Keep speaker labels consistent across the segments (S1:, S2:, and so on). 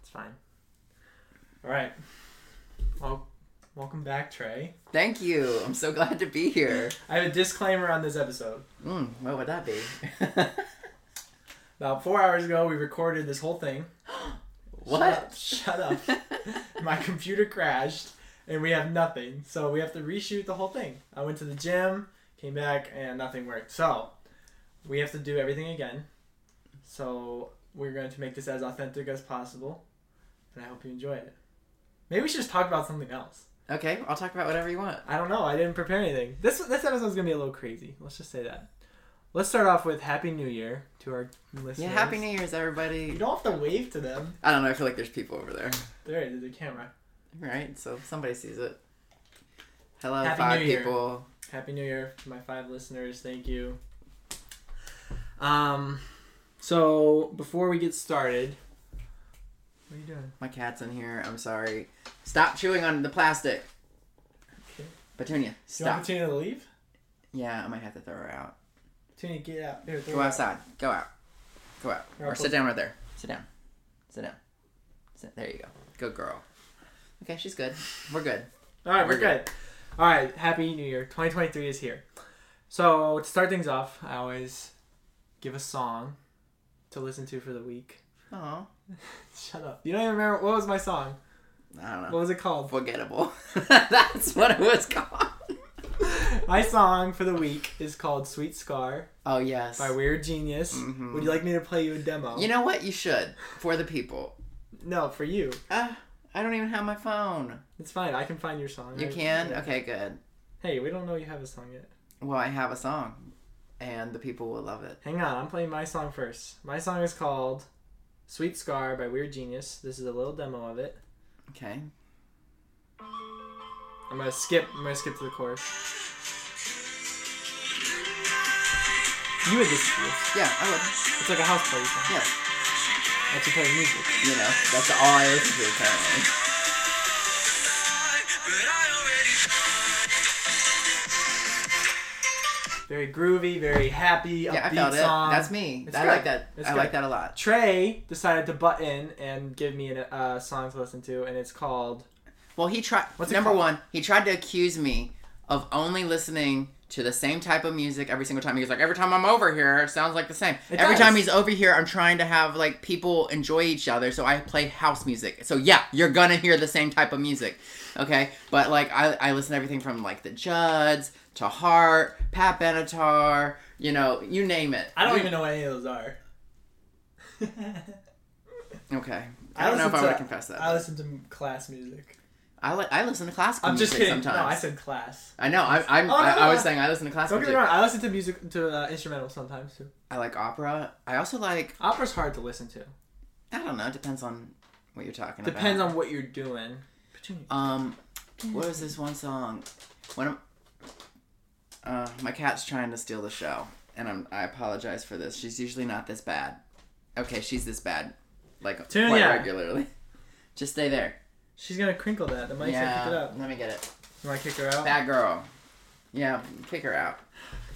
S1: It's fine. All right. Well, welcome back, Trey.
S2: Thank you. I'm so glad to be here.
S1: I have a disclaimer on this episode.
S2: Mm, what would that be?
S1: About four hours ago, we recorded this whole thing.
S2: what?
S1: Shut up. Shut up. My computer crashed, and we have nothing. So we have to reshoot the whole thing. I went to the gym, came back, and nothing worked. So we have to do everything again. So we're going to make this as authentic as possible, and I hope you enjoy it. Maybe we should just talk about something else.
S2: okay, I'll talk about whatever you want.
S1: I don't know. I didn't prepare anything. This this episode's gonna be a little crazy. Let's just say that. Let's start off with Happy New Year to our listeners.
S2: Yeah, Happy New Year's,
S1: You
S2: everybody.
S1: don't have to wave to them.
S2: I don't know. I feel like there's people over there,
S1: There it is, the camera.
S2: right? So somebody sees it. Hello,
S1: Happy
S2: five
S1: New Year.
S2: people.
S1: Happy New Year to my five listeners. Thank you. Um, so before we get started, what are you doing?
S2: My cat's in here. I'm sorry. Stop chewing on the plastic.
S1: Okay. Do
S2: Petunia,
S1: you want
S2: stop.
S1: Petunia to leave?
S2: Yeah, I might have to throw her out.
S1: Petunia, get out. Here, throw
S2: Go
S1: it out.
S2: outside. Go out. Go out.
S1: Or
S2: Or
S1: I'll
S2: sit down right there. Sit down. Sit down. Sit. There you go. Good girl. Okay, she's good. We're good.
S1: All right, we're
S2: We're good.
S1: good. All right, happy new year. 2023 is here. So, to start things off, I always give a song to listen to for the week.
S2: Oh,
S1: Shut up. You don't even remember what was my song?
S2: I don't know.
S1: What was it called?
S2: Forgettable. That's what it was called.
S1: My song for the week is called Sweet Scar
S2: Oh yes.
S1: by Weird Genius.
S2: Mhm.
S1: Would you like me to play you a demo?
S2: You know what? You should for the people.
S1: no, for you.
S2: Uh, I don't even have my phone.
S1: It's fine. I can find your song.
S2: You
S1: I-
S2: can? Okay, good.
S1: Hey, we don't know you have a song yet.
S2: Well, I have a song, and the people will love it.
S1: Hang on, I'm playing my song first. My song is called Sweet Scar by Weird Genius. This is a little demo of it.
S2: Okay.
S1: I'm gonna skip. I'm gonna skip to the chorus. You would listen to this.
S2: Yeah, I would.
S1: It's like a house party song.
S2: Yeah.
S1: That's you play music.
S2: You know, that's all I listen to apparently.
S1: Very groovy, very happy, upbeat
S2: Yeah, I felt it.
S1: song.
S2: That's me.
S1: It's
S2: I
S1: good.
S2: like that.
S1: It's
S2: I
S1: good.
S2: like that a lot.
S1: Trey decided to butt in and give me a uh, song to listen to, and it's called.
S2: Well, he tried.
S1: What's it
S2: number
S1: called?
S2: one, he tried to accuse me of only listening to the same type of music every single time. He was like, every time I'm over here, it sounds like the same.
S1: It
S2: every
S1: does.
S2: time he's over here, I'm trying to have like people enjoy each other, so I play house music. So yeah, you're gonna hear the same type of music, okay? But like, I I listen to everything from like the Judds to Heart, Pat Benatar, you know, you name it.
S1: I don't
S2: You-
S1: even know what any of those are.
S2: Okay. I don't know if I would confess that.
S1: I
S2: I,
S1: listen to class music.
S2: li- I listen to classical
S1: I'm just
S2: music
S1: kidding.
S2: sometimes.
S1: No, I said class.
S2: I know. I, I'm,
S1: Oh,
S2: I,
S1: no,
S2: I
S1: no,
S2: was
S1: no.
S2: saying I listen to classical
S1: Don't get me
S2: music.
S1: wrong. I listen to music to uh, instrumentals sometimes too.
S2: I like opera. I also like.
S1: Opera's hard to listen to.
S2: I don't know. It depends on what you're talking
S1: Depends
S2: about.
S1: on what you're doing. Petunia.
S2: on. Um, what was this one song? When I'm, uh, my cat's trying to steal the show, and I'm. I apologize for this. She's usually not this bad. Okay, she's this bad, like
S1: Tune
S2: quite
S1: ya.
S2: regularly. Just stay there.
S1: She's gonna crinkle that. The mic's gonna pick it
S2: yeah.
S1: up.
S2: Let me get it.
S1: You wanna kick her out?
S2: Bad girl. Yeah, kick her out.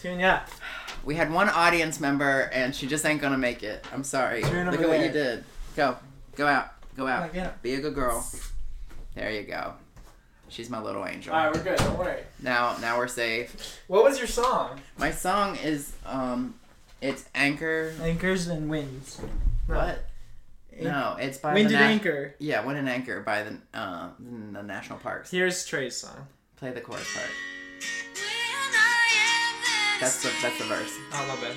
S1: Tune yeah.
S2: We had one audience member, and she just ain't gonna make it. I'm sorry.
S1: Turn
S2: Look
S1: over
S2: at what you
S1: there.
S2: did. Go, go out, go out.
S1: Like, yeah.
S2: Be a good girl. There you go. She's my little angel.
S1: Alright, we're good, don't worry.
S2: Now, now we're safe.
S1: What was your song?
S2: My song is um, it's Anchor.
S1: Anchors and Winds. No.
S2: What?
S1: An-
S2: No, it's by
S1: Wind
S2: the
S1: and
S2: Na-
S1: Anchor.
S2: Yeah, Wind and Anchor by the uh, the national parks.
S1: Here's Trey's song.
S2: Play the chorus part. That's
S3: That's
S2: the that's the verse.
S1: Oh my bad.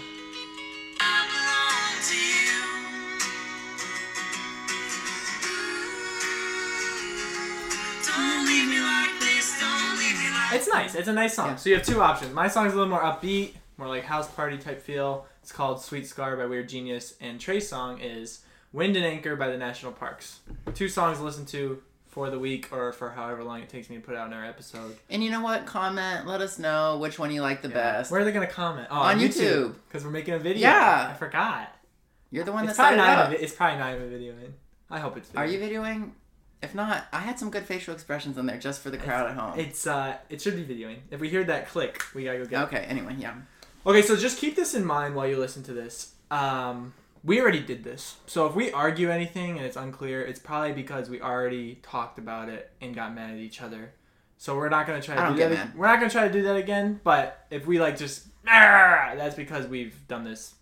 S1: It's nice. It's a nice song.
S2: Yeah.
S1: So you have two options. My song's a little more upbeat, more like house party type feel. It's called Sweet Scar by Weird Genius, and Trey's song is Wind and Anchor by the National Parks. Two songs to listen to for the week or for however long it takes me to put out another episode.
S2: And you know what? Comment. Let us know which one you like the best.
S1: Where are they gonna comment? Oh,
S2: On YouTube.
S1: Because we're making a video.
S2: Yeah.
S1: I forgot.
S2: You're the one
S1: It's
S2: that's
S1: probably,
S2: started
S1: not
S2: up.
S1: even, vi- it's probably not even videoing. I hope it's videoing.
S2: Are you videoing? If not, I had some good facial expressions in there just for the crowd at home.
S1: It's uh, it should be videoing. If we hear that click, we gotta go get. it.
S2: okay. Anyway, yeah.
S1: Okay, so just keep this in mind while you listen to this. Um, we already did this. So if we argue anything and it's unclear, it's probably because we already talked about it and got mad at each other. So we're not gonna try to
S2: I don't
S1: do
S2: get
S1: that.
S2: mad.
S1: We're not gonna try to do that again. But if we like just, "Argh," that's because we've done this.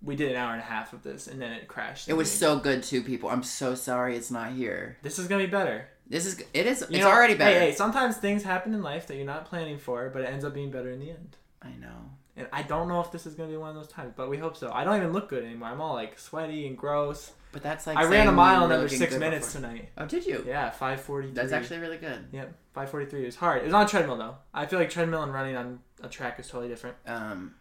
S1: We did an hour and a half of this, and then it crashed.
S2: It was
S1: We-
S2: so good too, people. I'm so sorry it's not here.
S1: This is gonna be better.
S2: This is it is
S1: You
S2: it's
S1: know,
S2: already
S1: hey,
S2: better.
S1: Hey, sometimes things happen in life that you're not planning for, but it ends up being better in the end.
S2: I know.
S1: And I don't know if this is gonna be one of those times, but we hope so. I don't even look good anymore. I'm all like sweaty and gross.
S2: But that's like
S1: I ran
S2: saying
S1: a mile
S2: you
S1: in
S2: were
S1: under
S2: looking
S1: six
S2: good
S1: minutes
S2: before.
S1: tonight.
S2: Oh, did you?
S1: Yeah, five forty.
S2: That's actually really good.
S1: Yep, five forty three. It was hard. It was on a treadmill though. I feel like treadmill and running on a track is totally different.
S2: Um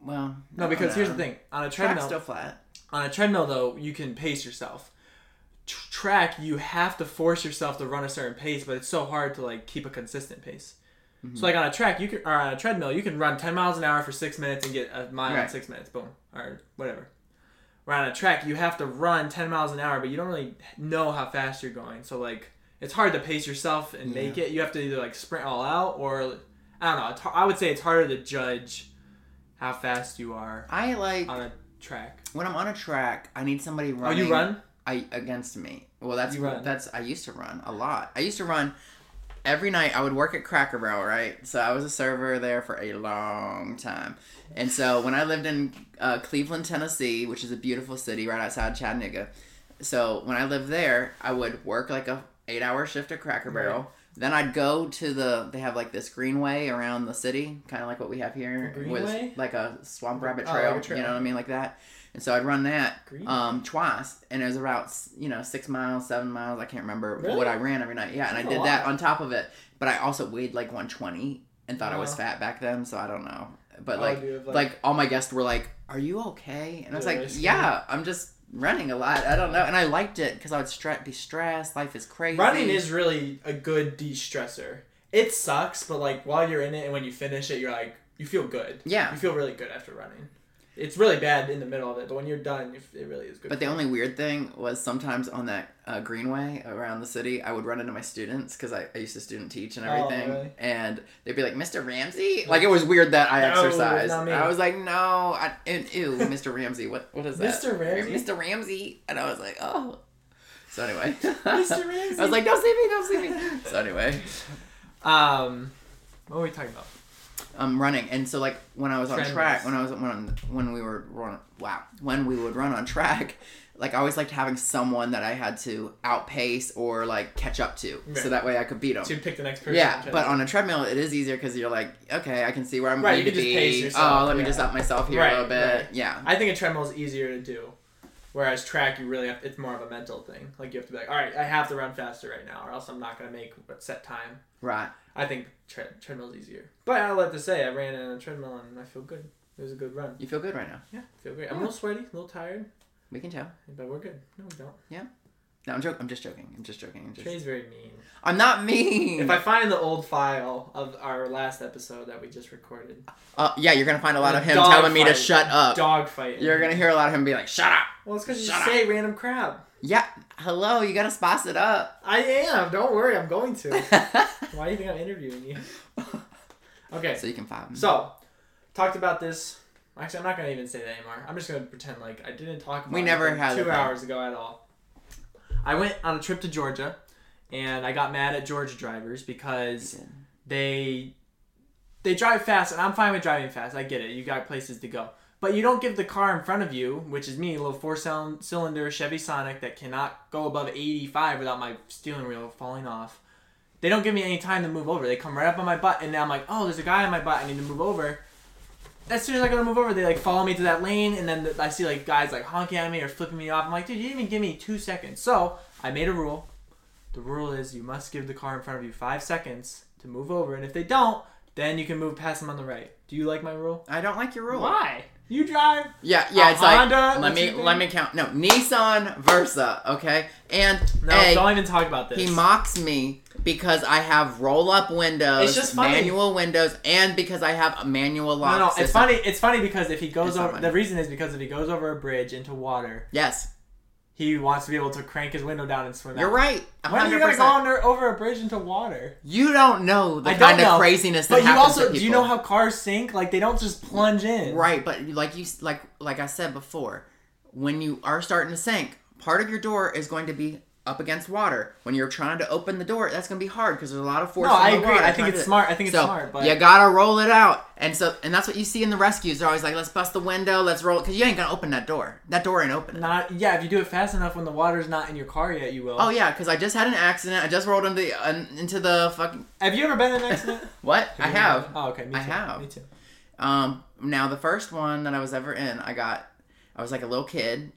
S2: well,
S1: No, because here's the
S2: no.
S1: thing. On a
S2: Oh, Track's
S1: treadmill,
S2: still flat.
S1: on a treadmill though, you can pace yourself. Tr- track, you have to force yourself to run a certain pace, but it's so hard to like keep a consistent pace.
S2: Mm-hmm.
S1: So like on a track, you can or on a treadmill, you can run ten miles an hour for six minutes and get a mile in
S2: Right.
S1: six minutes, boom, or whatever. Where on a track, you have to run ten miles an hour, but you don't really know how fast you're going. So like, it's hard to pace yourself and make it. You have to either like sprint all out or I don't know. It's, har- I would say it's harder to judge how fast you are
S2: I like
S1: on a track.
S2: when I'm on a track, I need somebody running.
S1: Oh, you run?
S2: I against me. Well, that's
S1: You run.
S2: that's I used to run a lot. I used to run every night. I would work at Cracker Barrel, right? So I was a server there for a long time. And so when I lived in uh, Cleveland, Tennessee, which is a beautiful city right outside Chattanooga, so when I lived there, I would work like a eight hour shift at Cracker Barrel. Then I'd go to the they have like this greenway around the city, kind of like what we have here,
S1: A
S2: with
S1: greenway?
S2: like a swamp rabbit
S1: Oh, like
S2: trail,
S1: a trail.
S2: You know what I mean, like that. And so I'd run that
S1: Green.
S2: um, twice, and it was about you know six miles, seven miles. I can't remember
S1: Really?
S2: what I ran every night. Yeah, and
S1: That's
S2: I
S1: a
S2: did that
S1: lot.
S2: on top of it. But I also weighed like 120 and thought I was
S1: Wow.
S2: fat back then, so I don't know. But
S1: Oh,
S2: like,
S1: you have,
S2: like,
S1: like-
S2: all my guests were like, "Are you okay?" And I was
S1: Yeah,
S2: like,
S1: that's
S2: "Yeah, I'm just running a lot. I don't know." And I liked it because I would stre- be stressed. Life is crazy.
S1: Running is really a good de stressor. It sucks, but like while you're in it and when you finish it, you're like, you feel good.
S2: Yeah.
S1: You feel really good after running. It's really bad in the middle of it, but when you're done, you f- it really is good.
S2: But the only weird thing was sometimes on that uh, greenway around the city, I would run into my students because I, I used to student teach and
S1: Oh,
S2: everything,
S1: really?
S2: and they'd be like, "Mr. Ramsey," like it was weird that I
S1: No, it's not
S2: exercised.
S1: me.
S2: I was like, "No, I, and, ew, Mr. Ramsey, what what is that?"
S1: Mr. Ramsey?
S2: Mr. Ramsey, and I was like, "Oh." So anyway,
S1: Mr. Ramsey.
S2: I was like, "Don't see me, don't see me." So anyway,
S1: um, what were we talking about?
S2: I'm running, and so like when I was on
S1: Treadmills.
S2: track, when I was when on, when we were run, wow, when we would run on track, like I always liked having someone that I had to outpace or like catch up to, so
S1: Right.
S2: that way I could beat them.
S1: To pick the next person.
S2: Oh. Yeah, but on a treadmill, it is easier because you're like, okay, I can see where I'm
S1: Right,
S2: going
S1: you
S2: to
S1: can
S2: be.
S1: just pace yourself,
S2: oh, let me
S1: yeah.
S2: just up myself here
S1: Right,
S2: a little bit.
S1: right.
S2: Yeah,
S1: I think a treadmill is easier to do, whereas track you really have. It's more of a mental thing. Like you have to be like, all right, I have to run faster right now, or else I'm not gonna make a set time.
S2: right.
S1: I think tre- treadmill's easier. But I'll have to say, I ran on a treadmill and I feel good. It was a good run.
S2: You feel good right now.
S1: Yeah, feel great. I'm a little sweaty, a little tired,
S2: We can tell.
S1: but we're good. No, we don't.
S2: No, I'm joking. I'm just joking. I'm just joking. I'm, just...
S1: Trey's very mean.
S2: I'm not mean.
S1: If I find the old file of our last episode that we just recorded,
S2: Uh, yeah, you're gonna find a lot
S1: The
S2: of him
S1: dog
S2: telling me to
S1: fight.
S2: shut up.
S1: dog fight.
S2: You're gonna hear a lot of him be like, shut up.
S1: Well, it's because you
S2: Shut
S1: just
S2: up.
S1: say random crap.
S2: Yeah, hello, you gotta spice it up.
S1: I am. Don't worry, I'm going to. Why do you think I'm interviewing you? Okay,
S2: so you can find me.
S1: so talked about this. Actually, I'm not gonna even say that anymore. I'm just gonna pretend like I didn't talk about.
S2: We never
S1: anything
S2: had a
S1: two
S2: thing.
S1: hours ago at all. I went on a trip to Georgia, and I got mad at Georgia drivers because they they drive fast and i'm fine with driving fast i get it you got places to go but you don't give the car in front of you which is me a little four cil- cylinder chevy sonic that cannot go above 85 without my steering wheel falling off they don't give me any time to move over they come right up on my butt and now i'm like oh there's a guy on my butt i need to move over as soon as I go to move over, they like follow me to that lane, and then I see like guys like honking at me or flipping me off. I'm like, dude, you didn't even give me two seconds. So I made a rule: the rule is you must give the car in front of you five seconds to move over, and if they don't, then you can move past them on the right. Do you like my rule?
S2: I don't like your rule.
S1: Why? You drive.
S2: Yeah, yeah, it's like
S1: Honda,
S2: let
S1: what's
S2: me
S1: your thing?
S2: let me count. No, Nissan Versa, okay? And
S1: No,
S2: A,
S1: don't even talk about this.
S2: he mocks me because I have roll up windows,
S1: It's just funny.
S2: manual windows, and because I have a manual lock.
S1: no, no, it's
S2: system.
S1: funny. It's funny because if he goes
S2: It's not
S1: over,
S2: funny.
S1: the reason is because if he goes over a bridge into water,
S2: Yes,
S1: he wants to be able to crank his window down and swim.
S2: you're
S1: out.
S2: right. a
S1: When are you
S2: hundred
S1: gonna go
S2: percent.
S1: under over a bridge into water?
S2: You don't know the
S1: I don't
S2: kind
S1: know.
S2: of craziness that
S1: But you
S2: happens
S1: also
S2: to
S1: do you
S2: people.
S1: know how cars sink? Like they don't just plunge in.
S2: Right, but like you like like I said before, when you are starting to sink, part of your door is going to be up against water. When you're trying to open the door, that's going to be hard because there's a lot of force.
S1: No,
S2: in
S1: I
S2: the
S1: agree.
S2: water
S1: I think
S2: trying
S1: it's
S2: to-
S1: smart. I think it's
S2: so
S1: smart, but-
S2: you gotta roll it out, and so and that's what you see in the rescues. They're always like, "Let's bust the window, let's roll," because you ain't gonna open that door. That door ain't open.
S1: Not yeah. If you do it fast enough when the water's not in your car yet, you will.
S2: Oh yeah, because I just had an accident. I just rolled into the, un into the fucking
S1: Have you ever been in an accident?
S2: what? I have.
S1: Oh, okay. Me too.
S2: I have.
S1: Me too.
S2: Um, now the first one that I was ever in, I got, I was like a little kid,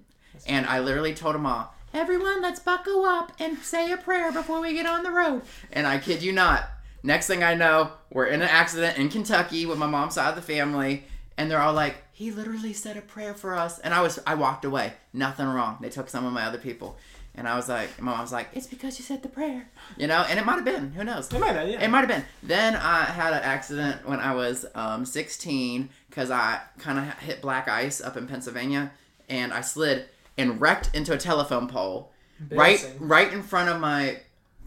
S2: and I literally told them all, "Everyone, let's buckle up and say a prayer before we get on the road." And I kid you not, next thing I know, we're in an accident in Kentucky with my mom's side of the family, and they're all like, "He literally said a prayer for us," and I was, I walked away, nothing wrong. They took some of my other people. And I was like, and my mom's like, it's because you said the prayer, you know, and it might have been, who knows?
S1: It might have, yeah.
S2: It might have been. Then I had an accident when I was um, 16 because I kind of hit black ice up in Pennsylvania, and I slid and wrecked into a telephone pole, right,
S1: Embarrassing.
S2: right in front of my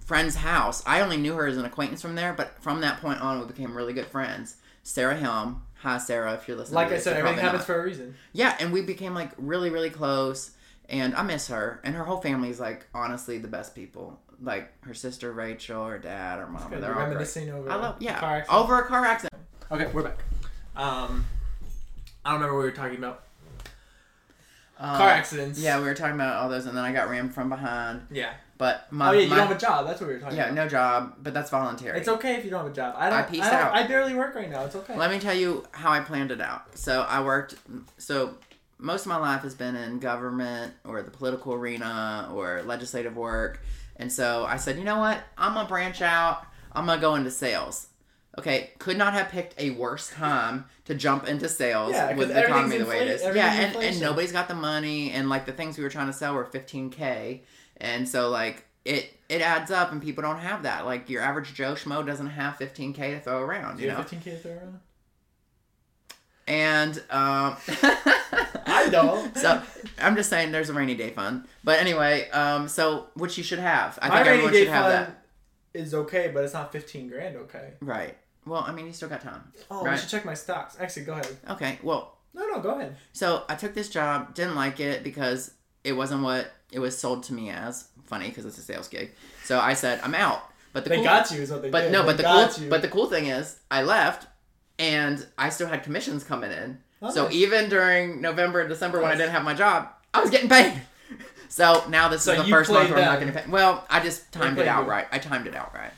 S2: friend's house. I only knew her as an acquaintance from there, but from that point on, we became really good friends. Sarah Helm, hi Sarah, if you're listening.
S1: Like
S2: to
S1: I
S2: this,
S1: said,
S2: you're
S1: everything
S2: probably
S1: happens
S2: not.
S1: for a reason.
S2: Yeah, and we became like really, really close. And I miss her. And her whole family's like honestly the best people. Like her sister Rachel, her dad, her mom.
S1: Good.
S2: They're
S1: You're
S2: all great.
S1: reminiscing over
S2: I love
S1: a
S2: yeah. Oh.
S1: car accident.
S2: Over a car accident.
S1: Okay, we're back. Um, I don't remember what we were talking about.
S2: Um,
S1: Car accidents.
S2: Yeah, we were talking about all those, and then I got rammed from behind.
S1: Yeah.
S2: But my
S1: Oh yeah, you
S2: my-
S1: don't have a job. That's what we were talking
S2: yeah,
S1: about.
S2: no job, but that's voluntary.
S1: It's okay if you don't have a job. I don't.
S2: I peaced
S1: don't-
S2: out.
S1: I barely work right now. It's okay.
S2: Let me tell you how I planned it out. So I worked. So most of my life has been in government or the political arena or legislative work, and so I said, you know what? I'm gonna branch out. I'm gonna go into sales. Okay, could not have picked a worse time to jump into sales
S1: Yeah, 'cause
S2: with the economy
S1: everything's
S2: the way it
S1: inflate-
S2: is.
S1: everything's
S2: Yeah, and, and
S1: inflation.
S2: nobody's got the money, and like the things we were trying to sell were 15k, and so like it it adds up, and people don't have that. Like your average Joe schmo doesn't have 15k to throw around.
S1: Do
S2: You
S1: you
S2: know,
S1: have 15 kids around?
S2: and um,
S1: I don't.
S2: So I'm just saying, there's a rainy day fund. But anyway, um, so which you should have. I
S1: My
S2: think
S1: rainy
S2: everyone
S1: day
S2: should
S1: fund
S2: have
S1: is
S2: that.
S1: okay, but it's not 15 grand. Okay.
S2: Right. Well, I mean, you still got time.
S1: Oh, I
S2: Right.
S1: should check my stocks. Actually, go ahead.
S2: Okay. Well,
S1: No, no, go ahead.
S2: so I took this job, didn't like it because it wasn't what it was sold to me as. Funny because it's a sales gig. So I said I'm out. But the
S1: They
S2: cool,
S1: got you is what they
S2: But
S1: did.
S2: no,
S1: They
S2: but the
S1: got
S2: cool,
S1: you.
S2: but the cool thing is, I left, and I still had commissions coming in.
S1: Oh,
S2: So
S1: nice.
S2: even during November and December when I
S1: Nice.
S2: didn't have my job, I was getting paid. So now this
S1: So
S2: is the
S1: you
S2: first month
S1: played
S2: where I'm not
S1: them.
S2: getting paid. Well, I just timed
S1: played
S2: it
S1: you.
S2: out right. I timed it out right.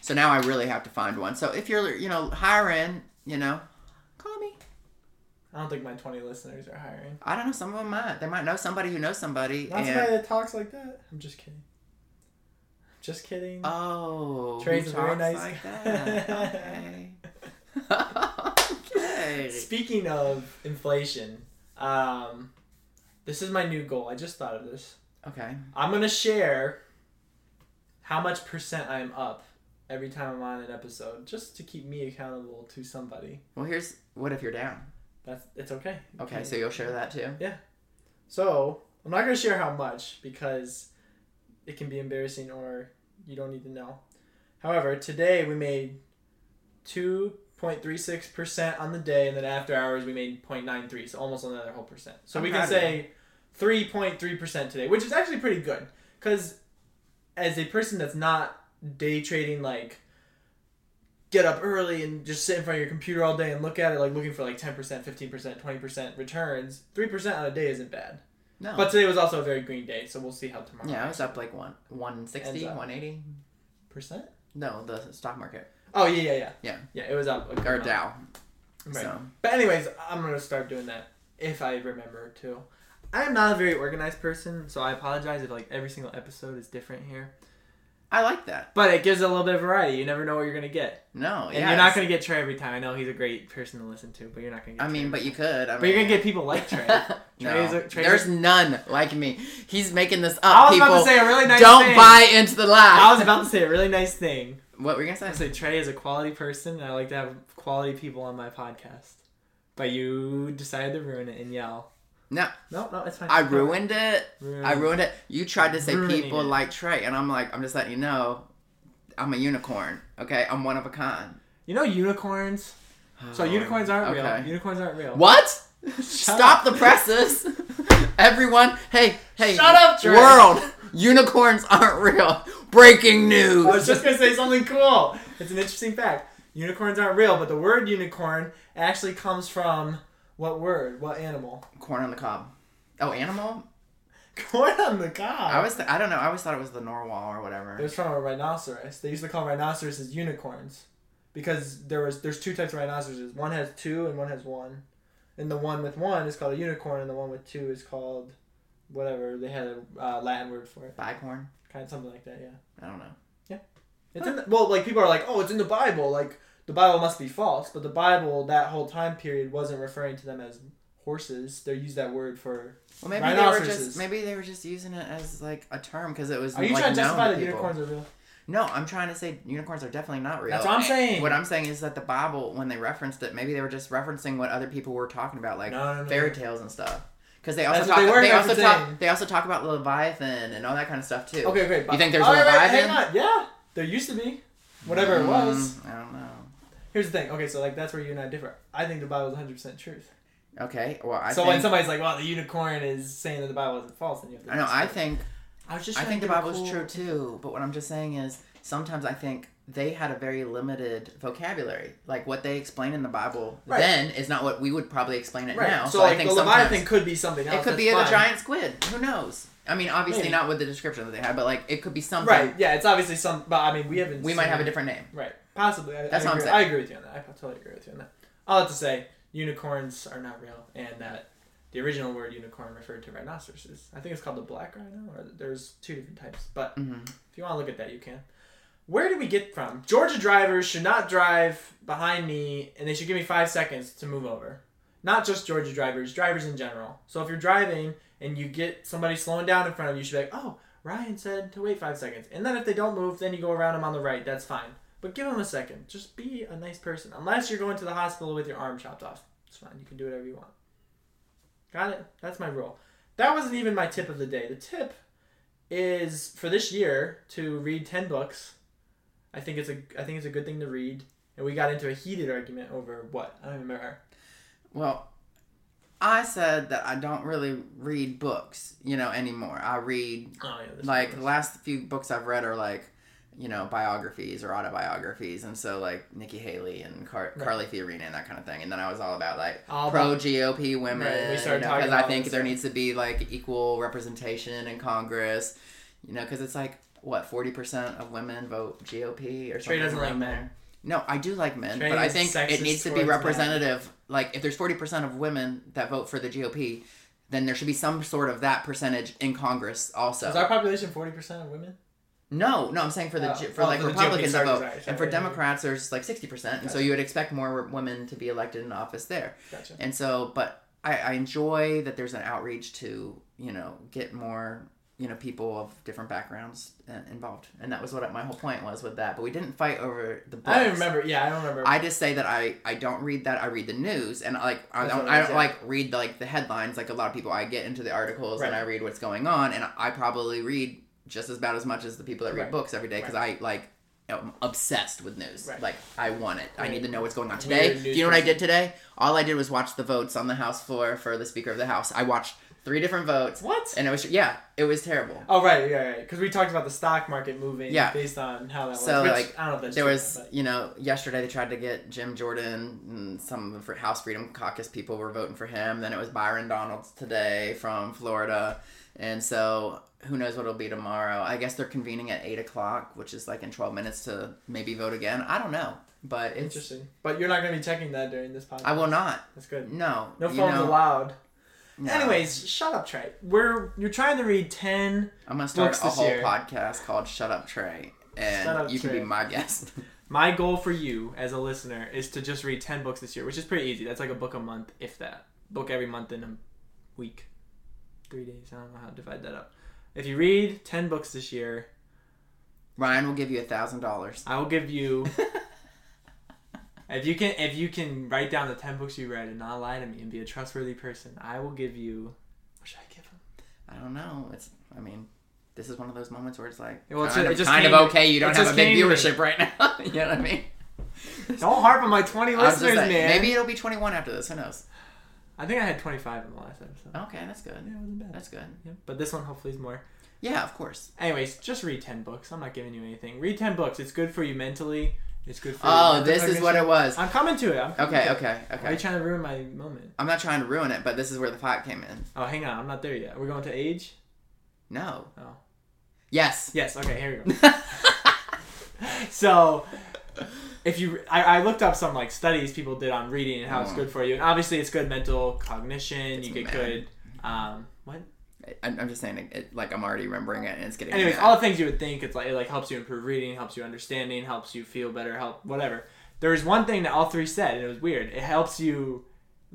S2: So now I really have to find one. So if you're, you know, hiring, you know, call me.
S1: I don't think my 20 listeners are hiring.
S2: I don't know. Some of them might. They might know somebody who knows somebody.
S1: Not
S2: and-
S1: somebody that talks like that. I'm just kidding. Just kidding.
S2: Oh, who
S1: Trey's a very
S2: talks
S1: nice
S2: like
S1: guy.
S2: that? Okay. okay.
S1: Speaking of inflation, um, this is my new goal. I just thought of this.
S2: Okay.
S1: I'm gonna share how much percent I am up every time I'm on an episode, just to keep me accountable to somebody.
S2: Well, here's what if you're down.
S1: That's it's okay.
S2: Okay, so you'll share that too.
S1: So I'm not gonna share how much because it can be embarrassing or you don't need to know. However, today we made two point three six percent on the day, and then after hours we made 0.93, so almost another whole percent. So
S2: I'm
S1: we can
S2: proud of
S1: say three point three percent today, which is actually pretty good. Cause as a person that's not day trading like get up early and just sit in front of your computer all day and look at it like looking for like 10% 15% 20% returns 3% on a day isn't bad
S2: No.
S1: but today was also a very green day, so we'll see how tomorrow.
S2: Oh. yeah, I was up like one, 160,
S1: Ends up.
S2: 180.
S1: Percent?
S2: No, the stock market
S1: Oh yeah, yeah, yeah.
S2: Yeah.
S1: Yeah, it was up. a good
S2: or
S1: amount.
S2: Dow.
S1: Oh. Right.
S2: So
S1: But anyways, I'm gonna start doing that if I remember to. I am not a very organized person, so I apologize if like every single episode is different here.
S2: I like that.
S1: But it gives a little bit of variety. You never know what you're gonna get,
S2: No,
S1: and
S2: yeah.
S1: you're not
S2: it's-
S1: gonna get Trey every time. I know he's a great person to listen to, but you're not gonna. get
S2: I
S1: Trey.
S2: mean, but you could. I
S1: but you're
S2: mean-
S1: gonna get people like Trey.
S2: no,
S1: Trey's a- Trey's a-
S2: there's none like me. He's making this up.
S1: I was
S2: People
S1: about to say a really nice
S2: don't
S1: thing.
S2: buy into the lie.
S1: I was about to say a really nice thing.
S2: what were you
S1: I
S2: gonna say?
S1: say Trey is a quality person, and I like to have quality people on my podcast. But you decided to ruin it and yell.
S2: No,
S1: No, no, it's fine.
S2: I ruined it.
S1: Ruined.
S2: I ruined it. You tried to say
S1: Ruining
S2: people
S1: it.
S2: like Trey, and I'm like, I'm just letting you know, I'm a unicorn. Okay, I'm one of a kind.
S1: You know unicorns. So
S2: Oh,
S1: unicorns aren't
S2: okay.
S1: real. Unicorns aren't real.
S2: What? Stop
S1: up.
S2: the presses. Everyone, hey, hey,
S1: Shut up, Trey.
S2: world, unicorns aren't real. Breaking news.
S1: I was just gonna say something cool. It's an interesting fact. Unicorns aren't real, but the word unicorn actually comes from what word? What animal?
S2: Corn on the cob. Oh, animal?
S1: Corn on the cob.
S2: I was, I don't know. I always thought it was the narwhal or whatever.
S1: It was from a rhinoceros. They used to call rhinoceroses unicorns because there was there's two types of rhinoceroses. One has two and one has one. And the one with one is called a unicorn, and the one with two is called whatever. They had a uh, Latin word for it,
S2: Bicorn?
S1: kind of something like that. Yeah,
S2: I don't know.
S1: it's in the, well, like people are like, oh, it's in the Bible. Like the Bible must be false, but the Bible that whole time period wasn't referring to them as horses. They used that word for.
S2: Well, maybe they were
S1: Rhinoceroses.
S2: just maybe they were just using it as like a term because it was.
S1: Are you
S2: like,
S1: trying to
S2: known
S1: justify
S2: to
S1: that
S2: people.
S1: unicorns are real?
S2: No, I'm trying to say unicorns are definitely not real.
S1: That's what I'm saying.
S2: Eh, What I'm saying is that the Bible, when they referenced it, maybe they were just referencing what other people were talking about, like
S1: No, no, no.
S2: fairy tales and stuff. Because they also
S1: That's
S2: talk,
S1: what they
S2: they,
S1: were
S2: also
S1: referencing.
S2: talk, they also talk about Leviathan and all that kind of stuff too.
S1: Okay, great.
S2: You think there's
S1: All
S2: a
S1: right, right, hang
S2: Leviathan?
S1: on. Yeah, there used to be. Whatever it was.
S2: Mm, I don't know.
S1: Here's the thing. Okay, so like that's where you and I differ. I think the Bible is 100 percent truth.
S2: Okay, well, I
S1: so when
S2: think
S1: somebody's like, "Well, the unicorn is saying that the Bible isn't false," then you have to.
S2: I know. I
S1: disagree.
S2: think
S1: I was just.
S2: I
S1: trying
S2: think
S1: to
S2: the
S1: give a
S2: Bible's
S1: cool-
S2: true too, but what I'm just saying is sometimes I think they had a very limited vocabulary. Like what they explain in the Bible
S1: Right.
S2: then is not what we would probably explain it
S1: Right.
S2: now.
S1: so,
S2: So,
S1: like
S2: I think
S1: the
S2: sometimes
S1: Leviathan could be something else.
S2: it could
S1: that's
S2: be a
S1: fine.
S2: giant squid. Who knows? I mean, obviously
S1: Maybe.
S2: not with the description that they had, but like it could be something.
S1: Right. Yeah. It's obviously some. But I mean, we haven't.
S2: We might
S1: seen-
S2: have a different name.
S1: Right. Possibly. I,
S2: That's
S1: I
S2: what I'm
S1: agree.
S2: saying.
S1: I agree with you on that. I totally agree with you on that. All that to say, unicorns are not real, and that the original word unicorn referred to rhinoceroses. I think it's called the black rhino, or there's two different types. But
S2: Mhm.
S1: if you want to look at that, you can. Where do we get from? Georgia drivers should not drive behind me, and they should give me five seconds to move over. Not just Georgia drivers, drivers in general. So if you're driving and you get somebody slowing down in front of you, you should be like, oh, Ryan said to wait five seconds. And then if they don't move, then you go around them on the right. That's fine. But give them a second. Just be a nice person. Unless you're going to the hospital with your arm chopped off. It's fine. You can do whatever you want. Got it? That's my rule. That wasn't even my tip of the day. The tip is for this year to read 10 books. I think it's a I think it's a good thing to read. And we got into a heated argument over what? I don't remember.
S2: Well, I said that I don't really read books, you know, anymore. I read
S1: Oh yeah, this
S2: like the
S1: one was-
S2: last few books I've read are like, you know, biographies or autobiographies, and so like Nikki Haley and Car-
S1: Right.
S2: Carly Fiorina and that kind of thing. And then I was all about like
S1: All
S2: pro
S1: about-
S2: GOP women
S1: Right, we
S2: because
S1: started talking
S2: I
S1: about
S2: think
S1: this,
S2: there
S1: yeah.
S2: needs to be like equal representation in Congress, you know, because it's like what forty percent of women vote GOP
S1: Trey
S2: or something.
S1: doesn't like
S2: around
S1: men.
S2: there. No, I do like men,
S1: Trey
S2: but I
S1: is
S2: think
S1: sexist
S2: it needs to be
S1: towards men.
S2: representative. Like, if there's forty percent of women that vote for the GOP, then there should be some sort of that percentage in Congress also.
S1: Is our population 40% of women?
S2: No, no, I'm saying for the
S1: Oh.
S2: G for
S1: Oh,
S2: like
S1: for the GOP,
S2: Republicans to
S1: sorry,
S2: vote,
S1: sorry, sorry.
S2: and for Democrats there's like sixty percent, and so you would expect more women to be elected in office there.
S1: Gotcha.
S2: And so, but I, I enjoy that there's an outreach to you know get more you know people of different backgrounds uh, involved, and that was what my whole point was with that. But we didn't fight over the. Books.
S1: I don't remember. Yeah, I don't remember.
S2: I just say that I, I don't read that. I read the news and like I
S1: That's
S2: don't
S1: what it
S2: I
S1: is,
S2: don't
S1: yeah.
S2: like read like the headlines like a lot of people. I get into the articles and
S1: Right.
S2: I read what's going on and I probably read just as about as much as the people that read
S1: Right.
S2: books every day because I like am obsessed with news.
S1: Right.
S2: Like I want it. I
S1: Right.
S2: need to know what's going on
S1: Weird
S2: today. Do
S1: news
S2: you know what I
S1: person.
S2: did today? All I did was watch the votes on the House floor for the Speaker of the House. I watched three different votes
S1: what?
S2: and it was yeah, it was terrible.
S1: Oh right, yeah, right. Because we talked about the stock market moving
S2: Yeah.
S1: based on how that
S2: So,
S1: was. Which,
S2: like,
S1: I don't know if that's
S2: There
S1: true,
S2: was,
S1: but-
S2: you know, yesterday they tried to get Jim Jordan and some of the House Freedom Caucus people were voting for him. Then it was Byron Donalds today from Florida. And so who knows what it'll be tomorrow. I guess they're convening at 8 o'clock, which is like in 12 minutes to maybe vote again. I don't know. But it's,
S1: interesting. But you're not gonna be checking that during this podcast.
S2: I will not.
S1: That's good.
S2: No.
S1: No
S2: you
S1: phones
S2: know,
S1: allowed.
S2: no.
S1: Anyways, shut up, Trey. We're you're trying to read ten.
S2: I'm going to start a
S1: books this
S2: whole
S1: year.
S2: podcast called Shut Up Trey. And
S1: Shut Up,
S2: you can
S1: Trey.
S2: be my guest.
S1: My goal for you as a listener is to just read ten books this year, which is pretty easy. That's like a book a month, if that. Book every month in a week, three days. I don't know how to divide that up. If you read ten books this year,
S2: Ryan will give you a $1,000.
S1: I will give you if you can if you can write down the ten books you read and not lie to me and be a trustworthy person. I will give you. What should I give him?
S2: I don't know. It's I mean, this is one of those moments where it's like
S1: Well, it's-
S2: kind,
S1: it
S2: of,
S1: just
S2: kind of
S1: came-
S2: okay. You
S1: it
S2: don't
S1: just
S2: have a big
S1: came to me.
S2: viewership right now. you know what I mean?
S1: Don't harp on my twenty
S2: I was just
S1: listeners,
S2: saying,
S1: man.
S2: Maybe it'll be 21 after this. Who knows?
S1: I think I had 25 in the last episode.
S2: Okay, that's good.
S1: Yeah, it wasn't bad.
S2: That's good.
S1: Yeah, but this one hopefully is more.
S2: Yeah, of course.
S1: Anyways, just read 10 books. I'm not giving you anything. Read 10 books. It's good for you mentally. It's good for
S2: Oh,
S1: your
S2: this is what it was.
S1: I'm coming to it. I'm coming
S2: Okay,
S1: to it.
S2: okay,
S1: Why are you
S2: okay.
S1: trying to ruin my moment?
S2: I'm not trying to ruin it, but this is where the plot came in.
S1: Oh, hang on. I'm not there yet. We're going to age?
S2: No.
S1: Oh.
S2: Yes.
S1: Yes. Okay, here we go. so, if you, I, I looked up some like studies people did on reading and how it's
S2: Mm.
S1: good for you. And obviously, it's good mental cognition.
S2: Gets
S1: you
S2: me
S1: get
S2: mad.
S1: good. Um, what?
S2: I'm, I'm just saying, it, it- like, I'm already remembering it and it's getting.
S1: Anyways,
S2: me
S1: all
S2: mad.
S1: the things you would think it's like it like helps you improve reading, helps you understanding, helps you feel better, help whatever. There was one thing that all three said, and it was weird. It helps you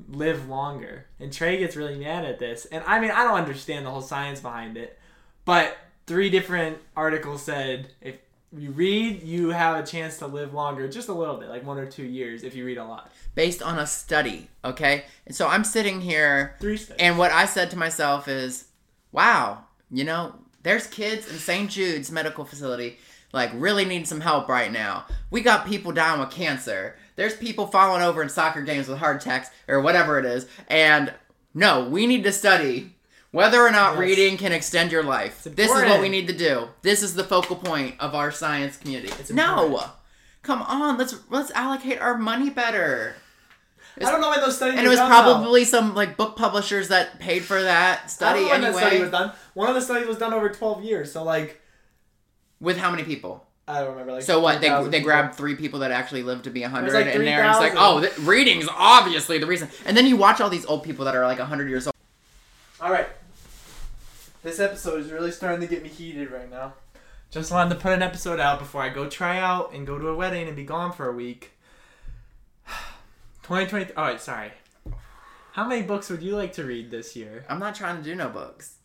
S1: live longer, and Trey gets really mad at this. And I mean, I don't understand the whole science behind it, but three different articles said if you read, you have a chance to live longer, just a little bit, like one or two years, if you read a lot.
S2: Based on a study, okay? And so I'm sitting here
S1: Three studies.
S2: And what I said to myself is, wow, you know, there's kids in St. Jude's medical facility like really need some help right now. We got people dying with cancer. There's people falling over in soccer games with heart attacks or whatever it is. And no, we need to study whether or not
S1: Yes.
S2: reading can extend your life. This is what
S1: important.
S2: we need to do. This is the focal point of our science community.
S1: It's
S2: no.
S1: important.
S2: Come on, let's let's allocate our money better.
S1: I don't know when those studies.
S2: And it
S1: were
S2: was
S1: done, though.
S2: probably some like book publishers that paid for that
S1: I
S2: study
S1: don't know when
S2: anyway.
S1: that study was done. One of the studies was done over twelve years, so like
S2: With how many people?
S1: I don't remember. Like
S2: So what? They
S1: 3,000
S2: they
S1: people.
S2: grabbed three people that actually lived to be hundred,
S1: like
S2: and they're just like,
S1: 3,000.
S2: oh, th- reading's obviously the reason. And then you watch all these old people that are like hundred years old.
S1: All right. This episode is really starting to get me heated right now. Just wanted to put an episode out before I go try out and go to a wedding and be gone for a week. 2020. All right, sorry. How many books would you like to read this year?
S2: I'm not trying to do no books.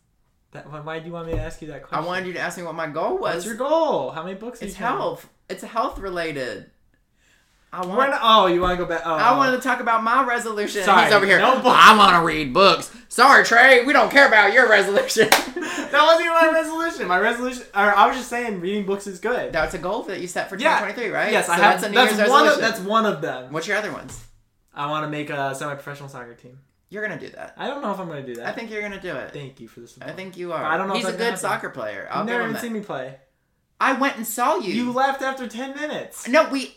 S1: That, why- why do you want me to ask you that
S2: I
S1: question?
S2: wanted you to ask me what my goal
S1: What's
S2: was.
S1: your goal? How many books? are
S2: it's
S1: you trying-
S2: health. It's health related. I
S1: We're
S2: want.
S1: not- oh, you want to go back? Oh,
S2: I wanted to talk about my resolution.
S1: Sorry,
S2: He's over here.
S1: no books.
S2: I want to read books. Sorry, Trey. We don't care about your resolution.
S1: that wasn't even my resolution. My resolution, or I was just saying, reading books is good.
S2: That's a goal that you set for
S1: Yeah.
S2: 2023, right?
S1: Yes,
S2: So
S1: I have.
S2: That's a New
S1: that's
S2: Year's
S1: one. Of,
S2: resolution.
S1: that's one of them.
S2: What's your other ones?
S1: I want to make a semi-professional soccer team.
S2: You're gonna do that.
S1: I don't know if I'm gonna do
S2: I
S1: that.
S2: think you're gonna do it.
S1: Thank you for this.
S2: I think you are.
S1: I don't know if
S2: He's a
S1: that's
S2: good
S1: gonna happen.
S2: soccer player. I'll
S1: I've
S2: give
S1: never
S2: him
S1: even
S2: that.
S1: seen me play.
S2: I went and saw you.
S1: You left after ten minutes.
S2: no, we.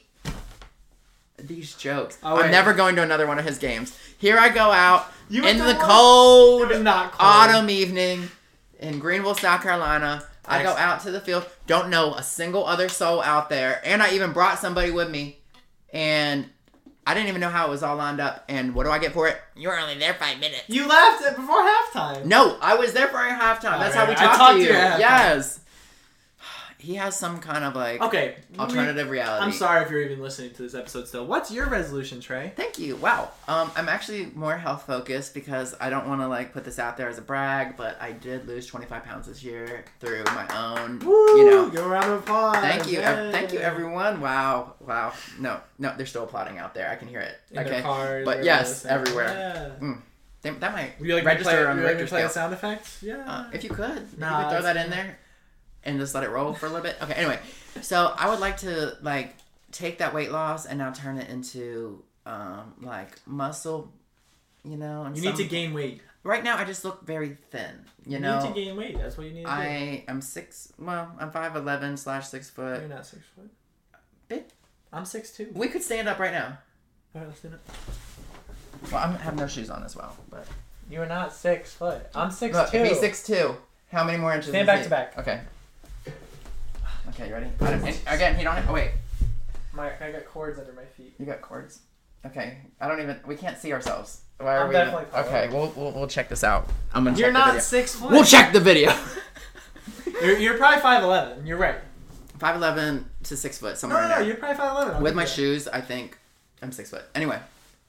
S2: These jokes.
S1: Oh,
S2: I'm
S1: wait.
S2: never going to another one of his games. Here I go out
S1: You went
S2: into
S1: to
S2: the
S1: one- It
S2: cold,
S1: was not cold.
S2: autumn evening in Greenville, South Carolina. I go
S1: Thanks.
S2: out to the field. Don't know a single other soul out there, and I even brought somebody with me, and. I didn't even know how it was all lined up, and what do I get for it? You were only there five minutes.
S1: You left it before halftime.
S2: No, I was there for a halftime.
S1: All
S2: That's how
S1: right,
S2: we
S1: I
S2: talked,
S1: talked
S2: to
S1: to
S2: you.
S1: you at halftime.
S2: yes. He has some kind of like
S1: Okay. we-
S2: alternative reality.
S1: I'm sorry if you're even listening to this episode still. What's your resolution, Trey?
S2: Thank you. Wow. Um, I'm actually more health focused because I don't want to like put this out there as a brag, but I did lose 25 pounds this year through my own,
S1: Woo!
S2: you know.
S1: Give a round of applause.
S2: Thank you, ev- thank you,
S1: Yay.
S2: everyone. Wow, wow. No, no, they're still applauding out there. I can hear it.
S1: In
S2: okay,
S1: their cars,
S2: but
S1: wherever
S2: yes,
S1: they're listening.
S2: everywhere.
S1: Yeah.
S2: They- that might
S1: Would you like
S2: register
S1: me to play, would
S2: on the
S1: you like me
S2: Richter
S1: to play
S2: scale.
S1: a sound effects? Yeah.
S2: Uh, if you could, if you
S1: Nah,
S2: could throw
S1: it's
S2: that in
S1: fine.
S2: there and just let it roll for a little bit. Okay, anyway. So I would like to like take that weight loss and now turn it into um like muscle, you know, and
S1: you need to
S2: some-
S1: gain weight.
S2: right now I just look very thin, you,
S1: You
S2: know.
S1: need to gain weight. That's what you need to do.
S2: I am six well, I'm five eleven slash six foot.
S1: You're not six foot.
S2: Bit.
S1: I'm six two.
S2: We could stand up right now.
S1: All right, let's do it.
S2: Well, I'm, I have no shoes on as well, but
S1: You are not six foot. I'm six
S2: look,
S1: two.
S2: if he's six two, how many more inches?
S1: Stand
S2: is
S1: back
S2: he?
S1: to back.
S2: Okay. Okay, you ready? And again, he don't. Oh wait.
S1: My, I got cords under my feet.
S2: You got cords? Okay. I don't even. We can't see ourselves. Why are
S1: I'm
S2: we?
S1: definitely
S2: even- okay. We'll, we'll we'll check this out. I'm gonna.
S1: You're
S2: check The
S1: not
S2: video.
S1: six foot.
S2: We'll check the video.
S1: You're, you're probably five eleven. You're right.
S2: Five eleven to six foot
S1: No,
S2: somewhere.
S1: no,
S2: in there.
S1: no you're probably five eleven.
S2: With my shoes, I think I'm six foot. Anyway,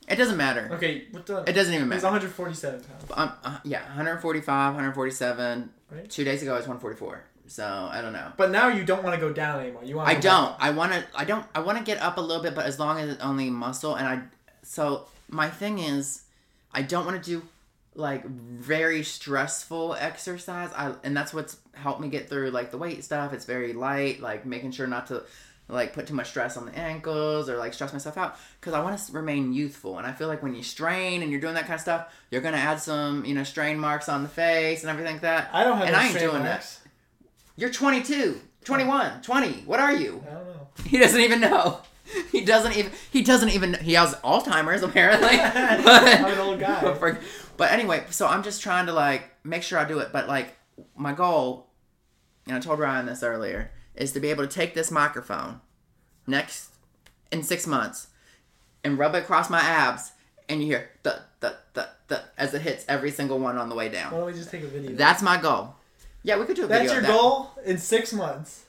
S2: it doesn't matter.
S1: Okay, what the?
S2: It doesn't even
S1: He's
S2: matter.
S1: 147 pounds.
S2: Um, uh, yeah, 145, 147.
S1: Right.
S2: Two days ago, I was 144. So I don't know.
S1: But now you don't want to go down anymore. You want.
S2: I don't. I want to. I don't. I want to get up a little bit, but as long as it's only muscle. And I. So my thing is, I don't want to do like very stressful exercise. I and that's what's helped me get through like the weight stuff. It's very light. Like making sure not to like put too much stress on the ankles or like stress myself out because I want to remain youthful. And I feel like when you strain and you're doing that kind of stuff, you're gonna add some you know strain marks on the face and everything like that.
S1: I don't have.
S2: and
S1: no
S2: I ain't
S1: straight
S2: doing that.
S1: lines.
S2: You're 22, 21, 20. What are you?
S1: I don't know.
S2: He doesn't even know. He doesn't even. He doesn't even. He has Alzheimer's apparently. but,
S1: I'm an old guy.
S2: But, for- but anyway, so I'm just trying to like make sure I do it. But like my goal, and I told Ryan this earlier, is to be able to take this microphone next in six months and rub it across my abs, and you hear the the the the as it hits every single one on the way
S1: Why
S2: down.
S1: don't we just take a video?
S2: That's my goal. Yeah, we could do a
S1: That's
S2: video
S1: your
S2: of that.
S1: goal in six months.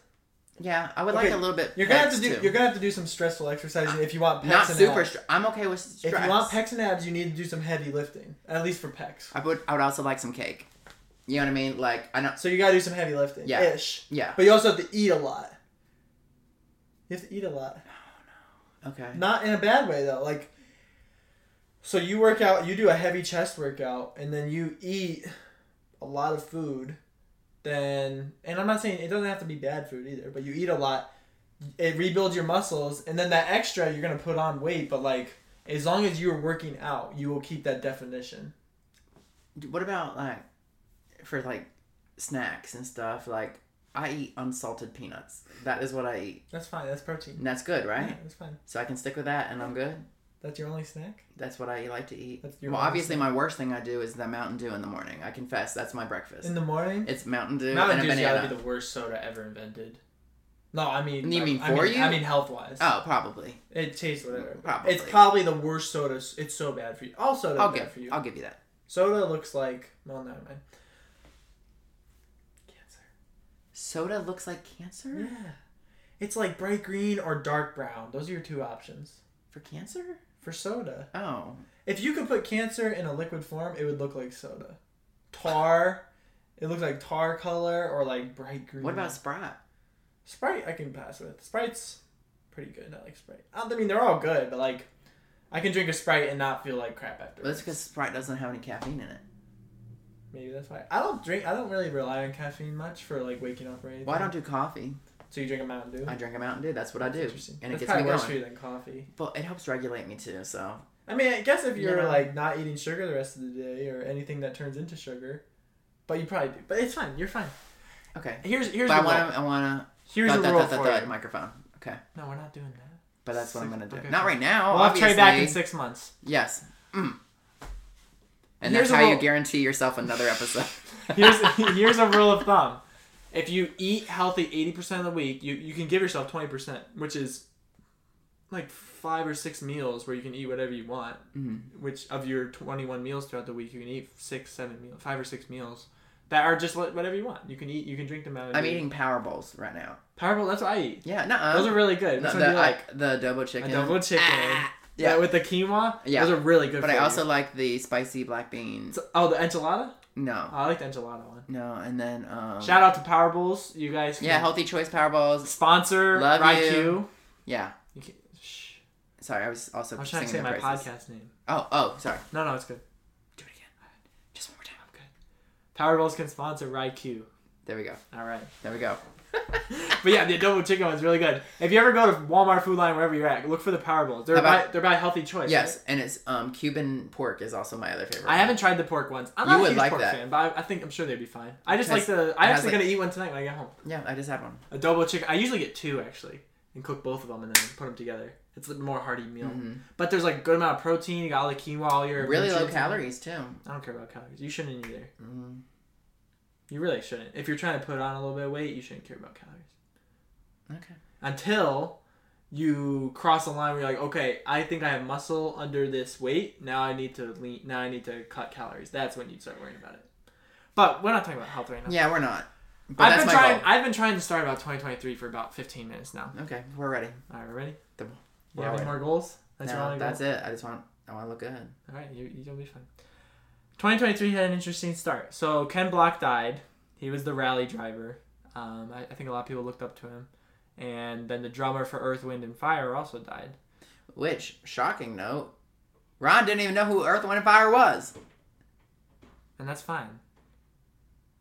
S2: Yeah, I would
S1: Okay,
S2: like a little bit.
S1: You're gonna have
S2: pecs,
S1: to do.
S2: too.
S1: You're gonna have to do some stressful exercising if you want pecs
S2: not
S1: and
S2: super.
S1: abs.
S2: Str- I'm okay with stress.
S1: If you want pecs and abs, you need to do some heavy lifting, at least for pecs.
S2: I would. I would also like some cake. You know what I mean? Like I know.
S1: So you gotta do some heavy lifting.
S2: Yeah.
S1: Ish.
S2: Yeah.
S1: But you also have to eat a lot. You have to eat a lot.
S2: Okay.
S1: Not in a bad way though. Like so you work out, you do a heavy chest workout and then you eat a lot of food, then and I'm not saying it doesn't have to be bad food either, but you eat a lot, it rebuilds your muscles and then that extra you're going to put on weight, but like as long as you're working out, you will keep that definition.
S2: D- What about like for like snacks and stuff? Like I eat unsalted peanuts. That is what I eat,
S1: That's fine. That's protein.
S2: and that's good, right?
S1: Yeah, that's fine.
S2: So I can stick with that, and I'm good.
S1: That's your only snack?
S2: That's what I like to eat.
S1: That's your
S2: Well,
S1: only
S2: obviously, my worst thing I do is the Mountain Dew in the morning. I confess, that's my breakfast.
S1: In the morning?
S2: It's Mountain Dew
S1: Mountain
S2: and a
S1: Dew's gotta be
S2: banana.
S1: the worst soda ever invented. No, I mean,
S2: You mean
S1: I,
S2: for
S1: I mean,
S2: you?
S1: I mean health wise.
S2: Oh, probably.
S1: It tastes whatever.
S2: Probably.
S1: It's probably the worst soda. It's so bad for you. All soda
S2: I'll
S1: is
S2: give.
S1: bad for you.
S2: I'll give you that.
S1: Soda looks like well, never mind. Cancer.
S2: Soda looks like cancer
S1: Yeah, it's like bright green or dark brown. Those are your two options
S2: for cancer.
S1: for soda.
S2: Oh,
S1: If you could put cancer in a liquid form, it would look like soda. Tar. It looks like tar color or like bright green.
S2: what about Sprite?
S1: Sprite I can pass with. Sprite's pretty good. I like Sprite. I mean, they're all good, but like, I can drink a Sprite and not feel like crap after.
S2: Well, that's because Sprite doesn't have any caffeine in it.
S1: Maybe that's why. I don't drink. I don't really rely on caffeine much for like waking up or anything.
S2: Well, I don't do coffee.
S1: So you drink a Mountain Dew.
S2: I drink a Mountain Dew. That's what I do,
S1: Interesting.
S2: and it
S1: that's
S2: gets me
S1: probably worse for
S2: going.
S1: you than coffee.
S2: But it helps regulate me too. So
S1: I mean, I guess if
S2: You
S1: you're
S2: know.
S1: like not eating sugar the rest of the day or anything that turns into sugar, but you probably do. But it's fine. You're fine.
S2: okay.
S1: Here's here's
S2: But I
S1: the rule.
S2: want to. I want to.
S1: Here's the rule for you.
S2: microphone. Okay,
S1: No, we're not doing that.
S2: but that's what i I'm
S1: Six-
S2: gonna do.
S1: okay.
S2: Not right now.
S1: We'll have
S2: obviously.
S1: Trey back in six months.
S2: Yes. Mm. And
S1: Here's
S2: that's
S1: a
S2: how you
S1: rule.
S2: guarantee yourself another episode.
S1: Here's here's a rule of thumb. If you eat healthy eighty percent of the week, you, you can give yourself twenty percent, which is like five or six meals where you can eat whatever you want.
S2: Mhm.
S1: Which of your twenty one meals throughout the week, you can eat six, seven meals, five or six meals that are just what- whatever you want. You can eat, you can drink them out.
S2: I'm eating Power Bowls right now.
S1: Powerball. That's what I eat.
S2: Yeah. Nuh-uh.
S1: Those are really good. Which
S2: the,
S1: one do
S2: the,
S1: you like?
S2: I, the double chicken.
S1: double chicken.
S2: Ah,
S1: yeah,
S2: yeah.
S1: with the quinoa.
S2: Yeah.
S1: those are really good.
S2: But
S1: for
S2: I
S1: you.
S2: also like the spicy black beans.
S1: So- oh the enchilada.
S2: No.
S1: Oh, I like the enchilada one.
S2: No. And then um.
S1: Shout out to Power Bowls, you guys. Can
S2: Yeah. Healthy choice Power Bowls.
S1: sponsor
S2: Love
S1: Raikou.
S2: you. Yeah.
S1: You can't, shh.
S2: Sorry, I was also
S1: I was trying
S2: singing
S1: to say
S2: the
S1: my
S2: praises.
S1: podcast name.
S2: Oh, oh, sorry.
S1: No, no, it's good.
S2: Do it again. Just one more time.
S1: Powerballs can sponsor Raikou.
S2: There we go.
S1: All right.
S2: There we go.
S1: But yeah, the adobo chicken one's really good. If you ever go to Walmart food line, wherever you're at, look for the Powerballs. They're
S2: How about-
S1: by, they're by Healthy Choice.
S2: Yes, and it's um Cuban pork is also my other favorite.
S1: right? I haven't tried the pork ones. I'm
S2: You
S1: not a
S2: would
S1: huge
S2: like
S1: pork
S2: that.
S1: fan, but I, I think I'm sure they'd be fine. I just
S2: It
S1: like
S2: has-
S1: the.
S2: it
S1: I'm
S2: has,
S1: actually
S2: like-
S1: gonna eat one tonight when I get home.
S2: Yeah, I just had one.
S1: Adobo chicken. I usually get two actually, and cook both of them and then put them together. It's a more hearty meal.
S2: Mhm.
S1: But there's like a good amount of protein. You got all the quinoa, all your
S2: Really low
S1: nutrients in it.
S2: calories too.
S1: I don't care about calories. You shouldn't either.
S2: Mm.
S1: You really shouldn't. If you're trying to put on a little bit of weight, you shouldn't care about calories.
S2: Okay.
S1: Until you cross a line where you're like, okay, I think I have muscle under this weight. Now I need to lean. Now I need to cut calories. That's when you start worrying about it. But we're not talking about health right now.
S2: Yeah, we're not. But
S1: I've
S2: that's
S1: been
S2: my
S1: trying. I've been trying to start about 2023 for about 15 minutes now.
S2: goal. Okay, we're ready.
S1: All right, we ready?
S2: The-
S1: You
S2: yeah,
S1: have
S2: we're
S1: any more goals? That's
S2: That's,
S1: your only
S2: that's
S1: goal.
S2: it. I just want I want to look good.
S1: All right, you you'll be fine. 2023 had an interesting start. So Ken Block died. He was the rally driver. Um, I, I think a lot of people looked up to him. And then the drummer for Earth, Wind, and Fire also died.
S2: Which shocking note, Ron didn't even know who Earth, Wind, and Fire was.
S1: and that's fine.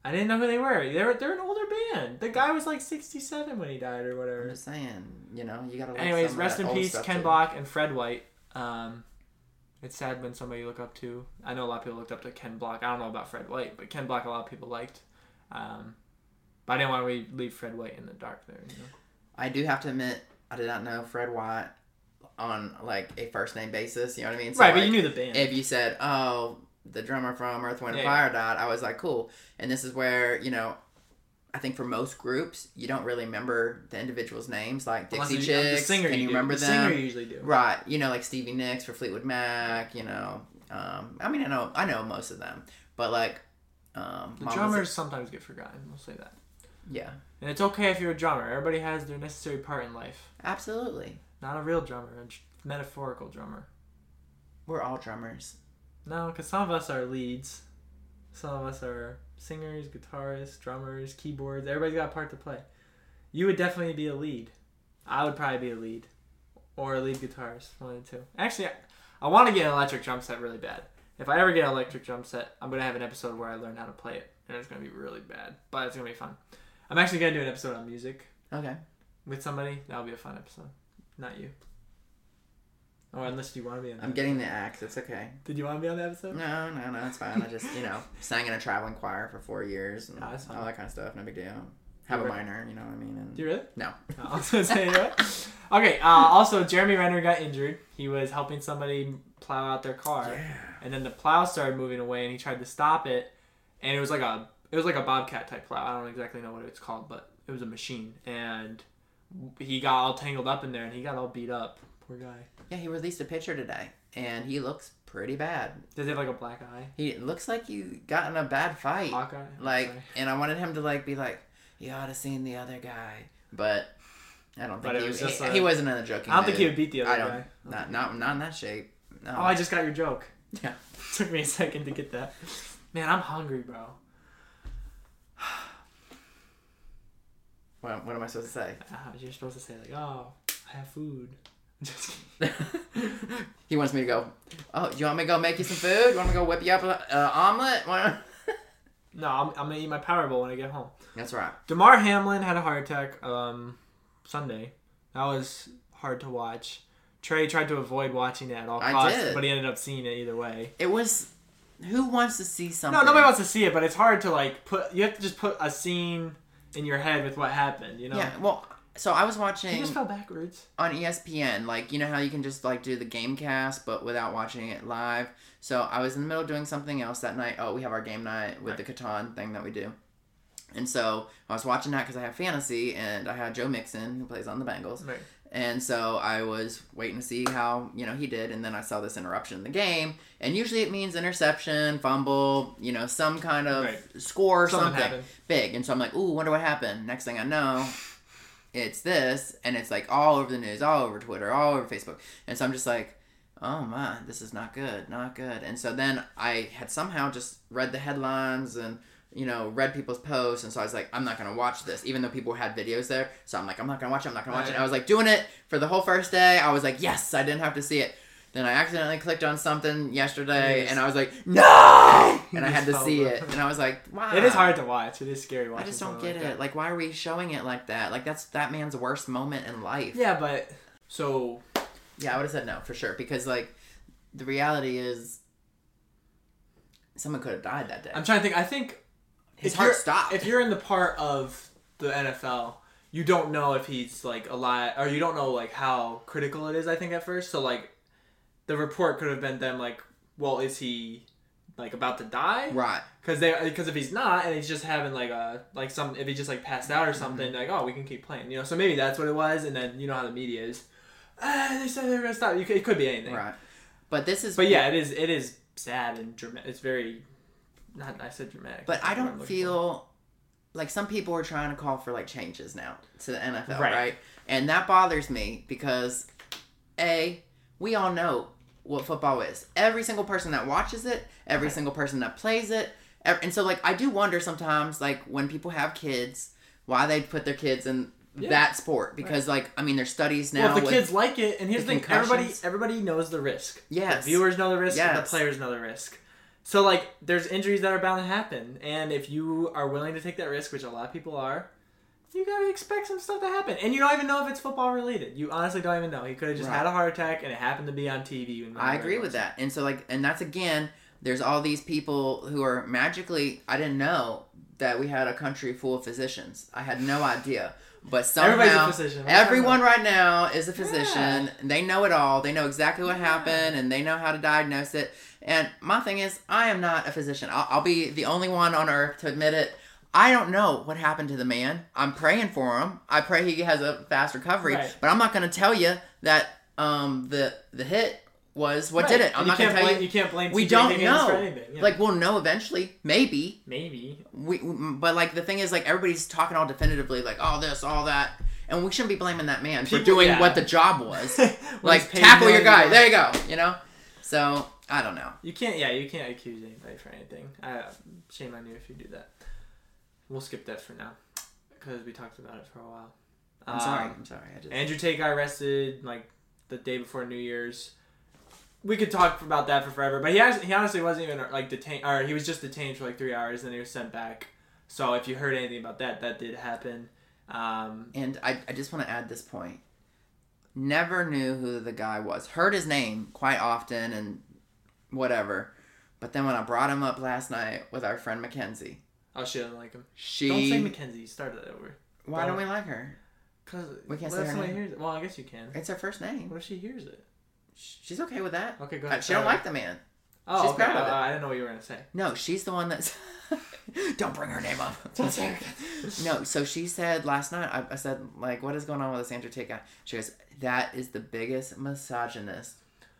S1: I didn't know who they were. They're they're an older band. The guy was like sixty seven when he died or
S2: I'm
S1: whatever.
S2: just saying, you know, you gotta. Like
S1: Anyways,
S2: some of
S1: rest
S2: that
S1: in
S2: old
S1: peace,
S2: stuff
S1: Ken
S2: too.
S1: Block and Fred White. Um, it's sad when somebody you look up to. I know a lot of people looked up to Ken Block. I don't know about Fred White, but Ken Block a lot of people liked. Um, but I didn't want to re- leave Fred White in the dark there. You know?
S2: I do have to admit, I did not know Fred White on like a first name basis. You know what I mean? So,
S1: right, but
S2: like,
S1: you knew the band.
S2: if you said, "Oh, the drummer from Earth, Wind, and
S1: Yeah,
S2: Fire died," I was like, "Cool." And this is where you know, I think for most groups, you don't really remember the individual's names, like
S1: Unless
S2: Dixie
S1: you- uh,
S2: Chicks. can
S1: you
S2: you
S1: do.
S2: remember
S1: the
S2: them?
S1: Singer you usually do.
S2: Right, you know, like Stevie Nicks for Fleetwood Mac. You know, um, I mean, I know, I know most of them, but like, um,
S1: The
S2: Mama's-
S1: drummers sometimes get forgotten. We'll say that.
S2: yeah,
S1: And it's okay if you're a drummer. Everybody has their necessary part in life.
S2: absolutely.
S1: Not a real drummer, a j- metaphorical drummer.
S2: We're all drummers.
S1: No, because some of us are leads. Some of us are singers, guitarists, drummers, keyboards. Everybody's got a part to play. You would definitely be a lead. I would probably be a lead. Or a lead guitarist. One of the two. Actually, I, I want to get an electric drum set really bad. If I ever get an electric drum set, I'm going to have an episode where I learn how to play it. And it's going to be really bad. But it's going to be fun. I'm actually going to do an episode on music
S2: Okay.
S1: with somebody. That'll be a fun episode. Not you. Or unless you want to be on
S2: I'm getting the axe. It's okay.
S1: Did you want to be on the episode?
S2: No, no, no, it's fine. I just, you know, sang in a traveling choir for four years and
S1: Ah, that's fine.
S2: all that kind of stuff. No big deal. Have a
S1: Right.
S2: minor, you know what I mean? And
S1: Do you really?
S2: No.
S1: I was gonna say, you know what? Okay. Uh, also, Jeremy Renner got injured. He was helping somebody plow out their car, and then the plow started moving away, and he tried to stop it, and it was like a it was like a bobcat type plow. I don't exactly know what it's called, but it was a machine, and he got all tangled up in there, and he got all beat up. Poor guy.
S2: Yeah, he released a picture today and he looks pretty bad.
S1: Does he have like a black eye?
S2: He it looks like he got in a bad fight.
S1: Hawk eye? I'm
S2: Like,
S1: sorry.
S2: and I wanted him to, like, be like, you ought to seen the other guy. But I don't
S1: But
S2: think
S1: it
S2: he,
S1: was
S2: was
S1: just
S2: he,
S1: like-
S2: he wasn't in a joking
S1: I don't think he
S2: mood.
S1: would beat the other
S2: uh, I don't,
S1: guy.
S2: Not, not, not in that shape. No.
S1: Oh, I just got your joke.
S2: Yeah.
S1: Took me a second to get that. Man, I'm hungry, bro.
S2: What, what am I supposed to say?
S1: Ah, you're supposed to say like, oh, I have food. Just kidding.
S2: he wants me to go. Oh, you want me to go make you some food? You want me to go whip you up an uh, omelet? Wanna-"
S1: No, I'm, I'm gonna eat my Power Bowl when I get home.
S2: That's right.
S1: Damar Hamlin had a heart attack um, Sunday. That was hard to watch. Trey tried to avoid watching it at all
S2: I
S1: costs,
S2: did.
S1: but he ended up seeing it either way.
S2: It was. Who wants to see something?
S1: No, nobody wants to see it, but it's hard to like put. You have to just put a scene in your head with what happened. You know,
S2: Yeah. Well, so I was
S1: he
S2: watching
S1: just fell backwards.
S2: on E ESPN. Like you know how you can just like do the game cast, but without watching it live. So I was in the middle of doing something else that night. Oh, we have our game night with the Catan thing that we do. And so I was watching that because I have fantasy and I had Joe Mixon who plays on the Bengals.
S1: Right.
S2: And so I was waiting to see how, you know, he did. And then I saw this interruption in the game. And usually it means interception, fumble, you know, some kind of
S1: Right.
S2: score or
S1: Something
S2: something,
S1: happened.
S2: big. And so I'm like, ooh, wonder what happened. Next thing I know, it's this. And it's like all over the news, all over Twitter, all over Facebook. And so I'm just like, oh my, this is not good, not good. And so then I had somehow just read the headlines and you know read people's posts, and so I was like, I'm not gonna watch this, even though people had videos there. So I'm like, I'm not gonna watch it, I'm not gonna watch it.
S1: Right.
S2: I was like doing it for the whole first day. I was like, yes, I didn't have to see it. Then I accidentally clicked on something yesterday,
S1: Yes.
S2: and I was like, no, and I
S1: You
S2: had to
S1: fell
S2: see
S1: over.
S2: it, and I was like, wow,
S1: It is hard to watch. It is scary
S2: I
S1: watching.
S2: just don't
S1: something
S2: get
S1: like
S2: it.
S1: that.
S2: Like, why are we showing it like that? Like, that's that man's worst moment in life.
S1: Yeah, but so
S2: Yeah, I would have said no for sure because like the reality is someone could have died that day.
S1: I'm trying to think. I think
S2: His
S1: if
S2: heart
S1: you're-
S2: stopped.
S1: If you're in the part of the NFL, you don't know if he's like alive, or you don't know like how critical it is. I think at first, so like the report could have been them like, well, is he like about to die?
S2: right.
S1: Because they because if he's not, and he's just having like a like some if he just like passed out or
S2: Mm-hmm.
S1: something, like oh we can keep playing, you know. So maybe that's what it was, and then you know how the media is. Ah, they said they were gonna stop. You could, it could be anything.
S2: Right. But this is
S1: But yeah, it is it is sad and dramatic. It's very not I said dramatic.
S2: but
S1: That's
S2: I
S1: what I'm
S2: don't
S1: looking for.
S2: feel like some people are trying to call for like changes now to the NFL,
S1: Right.
S2: right? And that bothers me because A, we all know what football is. Every single person that watches it, every single person that plays it, ev- and so like I do wonder sometimes like when people have kids, why they put their kids in
S1: Yeah.
S2: that sport because like I mean there's studies now
S1: Well, if the
S2: with-
S1: kids like it, and here's the
S2: the
S1: thing: everybody
S2: concussions.
S1: everybody knows the risk.
S2: Yes.
S1: The viewers know the risk. and The
S2: Yes.
S1: players know the risk. So like, there's injuries that are bound to happen, and if you are willing to take that risk, which a lot of people are, you gotta expect some stuff to happen. And you don't even know if it's football related. You honestly don't even know. He could have just
S2: Right.
S1: had a heart attack, and it happened to be on TV. and
S2: I
S1: whatever
S2: agree
S1: it
S2: with
S1: was.
S2: that. And so like and that's again, there's all these people who are magically I didn't know that we had a country full of physicians. I had no idea. But
S1: Everybody's
S2: somehow
S1: a physician. What are you talking
S2: everyone
S1: about?
S2: right now is a physician.
S1: Yeah.
S2: They know it all. They know exactly what
S1: Yeah.
S2: happened and they know how to diagnose it. And my thing is I am not a physician. I'll, I'll be the only one on earth to admit it. I don't know what happened to the man. I'm praying for him. I pray he has a fast recovery.
S1: Right.
S2: But I'm not going to tell you that um, the the hit was what did
S1: Right.
S2: it. I'm
S1: And you can't
S2: not going to tell
S1: blame,
S2: you.
S1: You can't blame.
S2: We
S1: TJ
S2: don't
S1: Higgins For
S2: know.
S1: anything. Yeah.
S2: Like we'll know eventually, maybe.
S1: maybe.
S2: We, but like the thing is, like everybody's talking all definitively, like all this, all that, and we shouldn't be blaming that man for
S1: People-
S2: doing
S1: yeah.
S2: what the job was.
S1: When he's
S2: like
S1: paid
S2: tackle your
S1: millions
S2: guy.
S1: of
S2: There you go. You know. So I don't know.
S1: You can't, yeah, you can't accuse anybody for anything. I, shame on you if you do that. We'll skip that for now, because we talked about it for a while.
S2: I'm sorry.
S1: Um,
S2: I'm sorry. I just.
S1: Andrew Tate got arrested like the day before New Year's. We could talk about that for forever, but he has, he honestly wasn't even like detained, or he was just detained for like three hours, and then he was sent back. So if you heard anything about that, that did happen. Um,
S2: And I, I just want to add this point. Never knew who the guy was. Heard his name quite often and whatever. But then when I brought him up last night with our friend Mackenzie,
S1: oh shit, I don't like him.
S2: she.
S1: Don't say Mackenzie. You started that over.
S2: why don't we like her?
S1: Cause
S2: We can't
S1: what
S2: say
S1: if
S2: her
S1: somebody
S2: name.
S1: hears it? Well, I guess you can.
S2: It's her first name.
S1: What if she hears it?
S2: She's okay with that.
S1: Okay, go
S2: Uh,
S1: ahead.
S2: She don't
S1: Sorry.
S2: like the man.
S1: Oh,
S2: She's
S1: okay.
S2: proud of it.
S1: Uh, I didn't know what you were gonna say.
S2: No, she's the one that's. don't bring her name up. Don't say her. No, so she said last night. I, I said like, "What is going on with this Andrew Tate guy?" She goes, "That is the biggest misogynist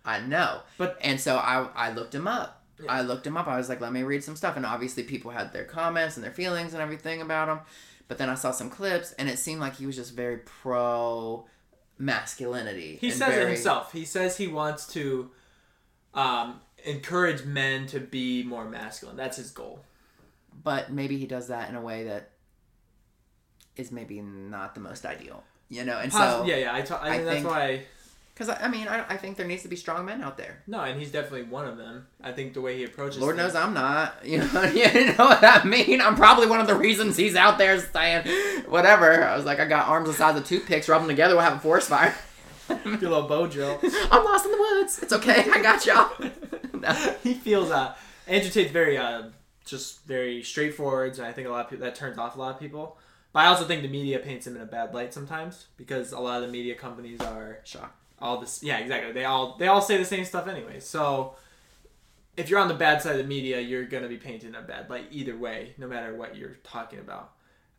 S2: I know."
S1: But-
S2: and so I I looked him up.
S1: Yeah.
S2: I looked him up. I was like, "Let me read some stuff." And obviously, people had their comments and their feelings and everything about him. But then I saw some clips, and it seemed like he was just very pro masculinity.
S1: He
S2: and
S1: says it
S2: very-
S1: himself. He says he wants to um, encourage men to be more masculine. That's his goal.
S2: but maybe he does that in a way that is maybe not the most ideal. You know, and
S1: Poss-
S2: so
S1: yeah, yeah. I, ta- I
S2: I
S1: think that's
S2: think-
S1: why.
S2: because I, I mean, I, I think there needs to be strong men out there.
S1: No, and he's definitely one of them. I think the way he approaches.
S2: Lord
S1: things-
S2: knows I'm not. You know, you know what I mean? I'm probably one of the reasons he's out there saying whatever. I was like, I got arms the size of toothpicks, rub them together, we'll have a forest fire.
S1: Your little bow drill.
S2: I'm lost in the woods. It's okay. I got y'all. No.
S1: he feels uh, Andrew Tate's very uh, just very straightforward, and I think a lot of people that turns off a lot of people. But I also think the media paints him in a bad light sometimes because a lot of the media companies are
S2: Shock.
S1: all this yeah exactly they all they all say the same stuff anyway so if you're on the bad side of the media you're gonna be painted in a bad light either way no matter what you're talking about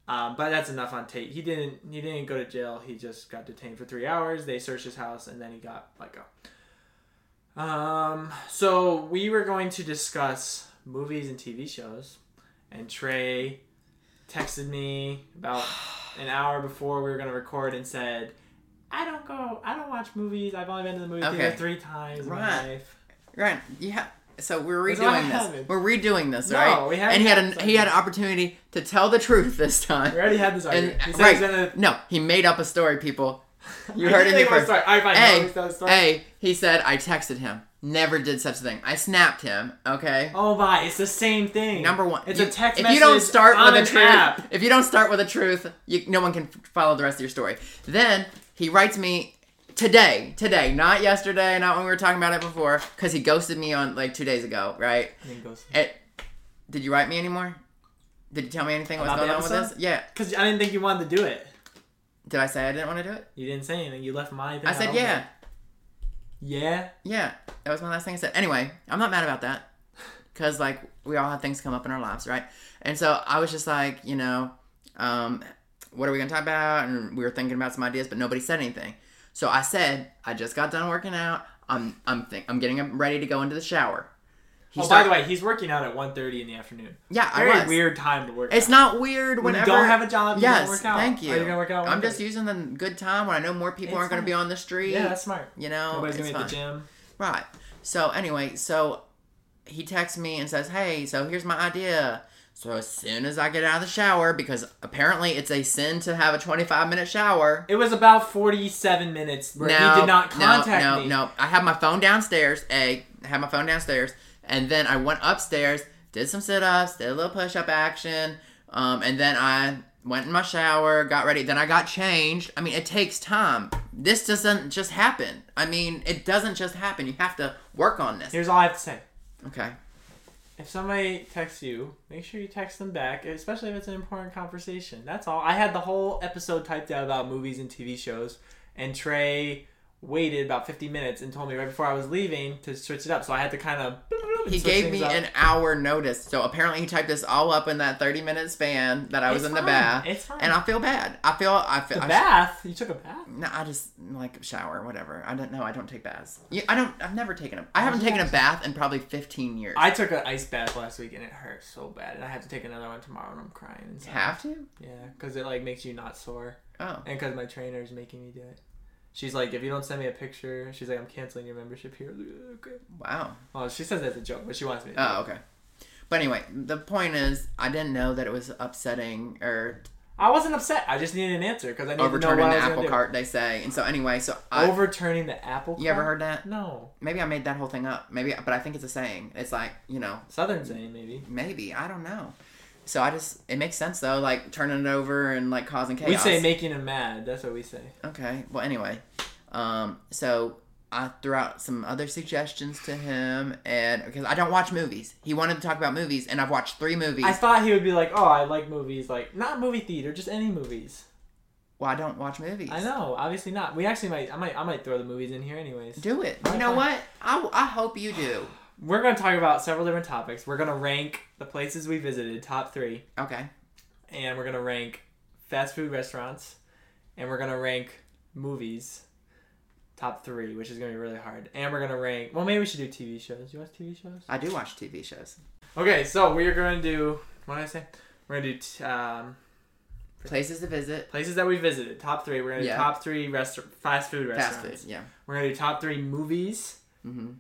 S1: um, but that's enough on Tate he didn't he didn't go to jail he just got detained for three hours they searched his house and then he got let go um, so we were going to discuss movies and TV shows and Trey texted me about an hour before we were gonna record and said I don't go. I don't watch movies. I've only been to the movie theater
S2: Okay.
S1: three times in
S2: Right.
S1: my life.
S2: Right. Yeah. So we're
S1: That's all I
S2: redoing this.
S1: have.
S2: We're redoing this,
S1: No,
S2: right?
S1: we haven't
S2: and he had
S1: had
S2: an,
S1: this
S2: he had an opportunity to tell the truth this time.
S1: We already had this
S2: And
S1: argument. he said
S2: right.
S1: he's gonna.
S2: No, he made up a story, people. You
S1: I
S2: heard
S1: didn't
S2: it here
S1: think was
S2: first.
S1: Sorry. I find
S2: Hey,
S1: hey, that story.
S2: hey, he said I texted him. Never did such a thing. I snapped him. Okay.
S1: Oh my! It's the same thing.
S2: Number one.
S1: It's
S2: you-
S1: a text
S2: if
S1: message.
S2: you don't start
S1: on
S2: with
S1: an
S2: the truth,
S1: app.
S2: if you don't start with the truth, you, no one can f- follow the rest of your story. Then he writes me today, today, not yesterday, not when we were talking about it before, because he ghosted me on like two days ago, right? It, did you write me anymore? Did you tell me anything what was
S1: About
S2: going
S1: the
S2: on with
S1: episode?
S2: this? Yeah.
S1: Because I didn't think you wanted to do it.
S2: Did I say I didn't want to do it?
S1: You didn't say anything. You left my thing.
S2: I said
S1: out.
S2: yeah.
S1: Yeah.
S2: Yeah, that was my last thing I said. Anyway, I'm not mad about that because like we all have things come up in our lives, right? And so I was just like, you know, um, what are we gonna talk about? And we were thinking about some ideas, but nobody said anything. So I said, I just got done working out. I'm I'm think I'm getting ready to go into the shower. He
S1: Oh, by
S2: start-
S1: the way, he's working out at 1.30 in the afternoon.
S2: yeah, I
S1: Very
S2: was.
S1: weird time to work.
S2: It's
S1: out.
S2: not weird
S1: When you
S2: whenever
S1: don't have a job, you don't
S2: yes,
S1: work out.
S2: thank you.
S1: Are you gonna work out
S2: I'm
S1: one
S2: just
S1: day?
S2: using the good time when I know more people
S1: It's
S2: aren't gonna
S1: fine.
S2: be on the street.
S1: Yeah, that's smart.
S2: you know,
S1: Nobody's
S2: Oh,
S1: gonna
S2: it's
S1: be
S2: fine.
S1: at the gym.
S2: Right. So anyway, so he texts me and says, "Hey, so here's my idea." So as soon as I get out of the shower, because apparently it's a sin to have a 25 minute shower.
S1: It was about 47 minutes where
S2: No,
S1: he did not
S2: no,
S1: contact
S2: no,
S1: me.
S2: No, I have my phone downstairs. A, I have my phone downstairs. And then I went upstairs, did some sit ups, did a little push up action, um, and then I went in my shower, got ready. Then I got changed. I mean, it takes time. This doesn't just happen. I mean, it doesn't just happen. You have to work on this.
S1: Here's all I have to say.
S2: Okay.
S1: If somebody texts you, make sure you text them back, especially if it's an important conversation. That's all. I had the whole episode typed out about movies and TV shows, and Trey waited about 50 minutes and told me right before I was leaving to switch it up. So I had to kind of.
S2: He gave me an hour notice. So apparently he typed this all up in that 30 minute span that I was
S1: It's
S2: in
S1: fine.
S2: the bath.
S1: It's fine.
S2: And I feel bad. I feel I feel
S1: The
S2: I-
S1: bath? You took a bath?
S2: No, I just like shower, whatever. I don't know. I don't take baths. Yeah, I don't. I've never taken a. I haven't taken a bath in probably fifteen years.
S1: I took an ice bath last week and it hurt so bad, and I have to take another one tomorrow, and I'm crying. inside.
S2: have to.
S1: Yeah, because it like makes you not sore,
S2: Oh,
S1: and because my trainer is making me do it. She's like, if you don't send me a picture, she's like, I'm canceling your membership here. Okay.
S2: wow.
S1: Well, she says that's a joke, but she wants me. To do
S2: Oh, okay. But anyway, the point is, I didn't know that it was upsetting or
S1: it. I wasn't upset. I just needed an answer because I needed to know
S2: overturning
S1: what
S2: the
S1: I was gonna
S2: apple
S1: do.
S2: cart. They say, and so anyway, so I,
S1: Overturning the apple.
S2: you ever
S1: cart?
S2: heard that?
S1: No,
S2: Maybe I made that whole thing up. Maybe, but I think it's a saying. It's like you know,
S1: Southern saying maybe.
S2: maybe I don't know. So I just it makes sense though, like turning it over and like causing chaos.
S1: We say making him mad. That's what we say.
S2: Okay. Well, anyway, um, so I threw out some other suggestions to him, and because I don't watch movies, he wanted to talk about movies, and I've watched three movies.
S1: I thought he would be like, oh, I like movies, like not movie theater, just any movies.
S2: well, I don't watch movies.
S1: I know, obviously not. We actually might, I might, I might throw the movies in here anyways.
S2: Do it. You know what? I, I hope you do.
S1: We're gonna talk about several different topics. We're gonna rank the places we visited, top three,
S2: Okay.
S1: and we're gonna rank fast food restaurants, and we're gonna rank movies, top three, which is gonna be really hard. And we're gonna rank. Well, maybe we should do TV shows. You watch TV shows?
S2: I do watch TV shows.
S1: Okay, so we are gonna do. What did I say? We're gonna do t- um,
S2: Places to visit.
S1: places that we visited, top three. We're gonna do
S2: Yeah.
S1: top three restaurant, fast food
S2: Fast
S1: restaurants.
S2: food. Yeah.
S1: We're gonna do top three movies
S2: hmm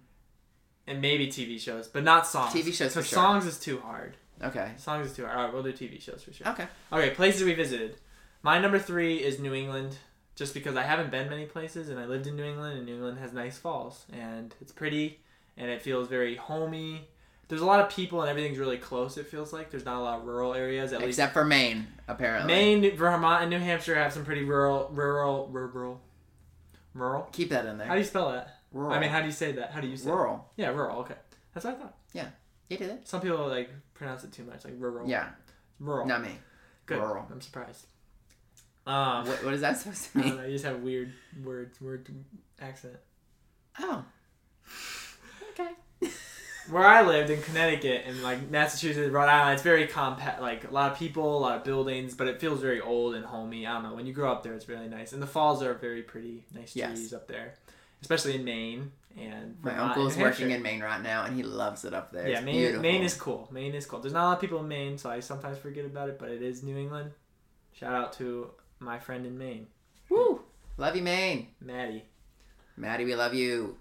S1: and maybe TV shows, but not songs.
S2: TV shows
S1: So
S2: for sure.
S1: songs is too hard.
S2: Okay.
S1: Songs is too hard. All right, we'll do TV shows for sure.
S2: Okay.
S1: Okay, places we visited. My number three is New England, just because I haven't been many places, and I lived in New England, and New England has nice falls, and it's pretty, and it feels very homey. There's a lot of people, and everything's really close. It feels like there's not a lot of rural areas. At least
S2: Except for Maine, apparently.
S1: Maine, Vermont, and New Hampshire have some pretty rural, rural, rural, rural.
S2: Keep that in
S1: How
S2: there.
S1: do you spell that?
S2: Rural.
S1: I mean, how do you say that? How do you say? It?
S2: rural.
S1: Yeah, rural. Okay, that's what I thought.
S2: You did it.
S1: Some people like pronounce it too much, like rural.
S2: Yeah.
S1: rural.
S2: Not me.
S1: Good.
S2: rural.
S1: I'm surprised. Um,
S2: What, what is that supposed to
S1: I don't
S2: mean?
S1: know. You just have weird words, word accent.
S2: Oh. Okay.
S1: Where I lived in Connecticut and like Massachusetts, Rhode Island, it's very compact. Like a lot of people, a lot of buildings, but it feels very old and homey. I don't know. When you grow up there, it's really nice, and the falls are very pretty. Nice
S2: Yes.
S1: trees up there, especially in Maine and
S2: My
S1: Vermont and
S2: uncle's
S1: New Hampshire.
S2: working in Maine right now, and he loves it up there.
S1: yeah,
S2: It's
S1: Maine.
S2: beautiful.
S1: Maine is cool. Maine is cool. There's not a lot of people in Maine, so I sometimes forget about it. But it is New England. Shout out to my friend in Maine,
S2: Woo! Love you, Maine.
S1: Maddie.
S2: Maddie, we love you.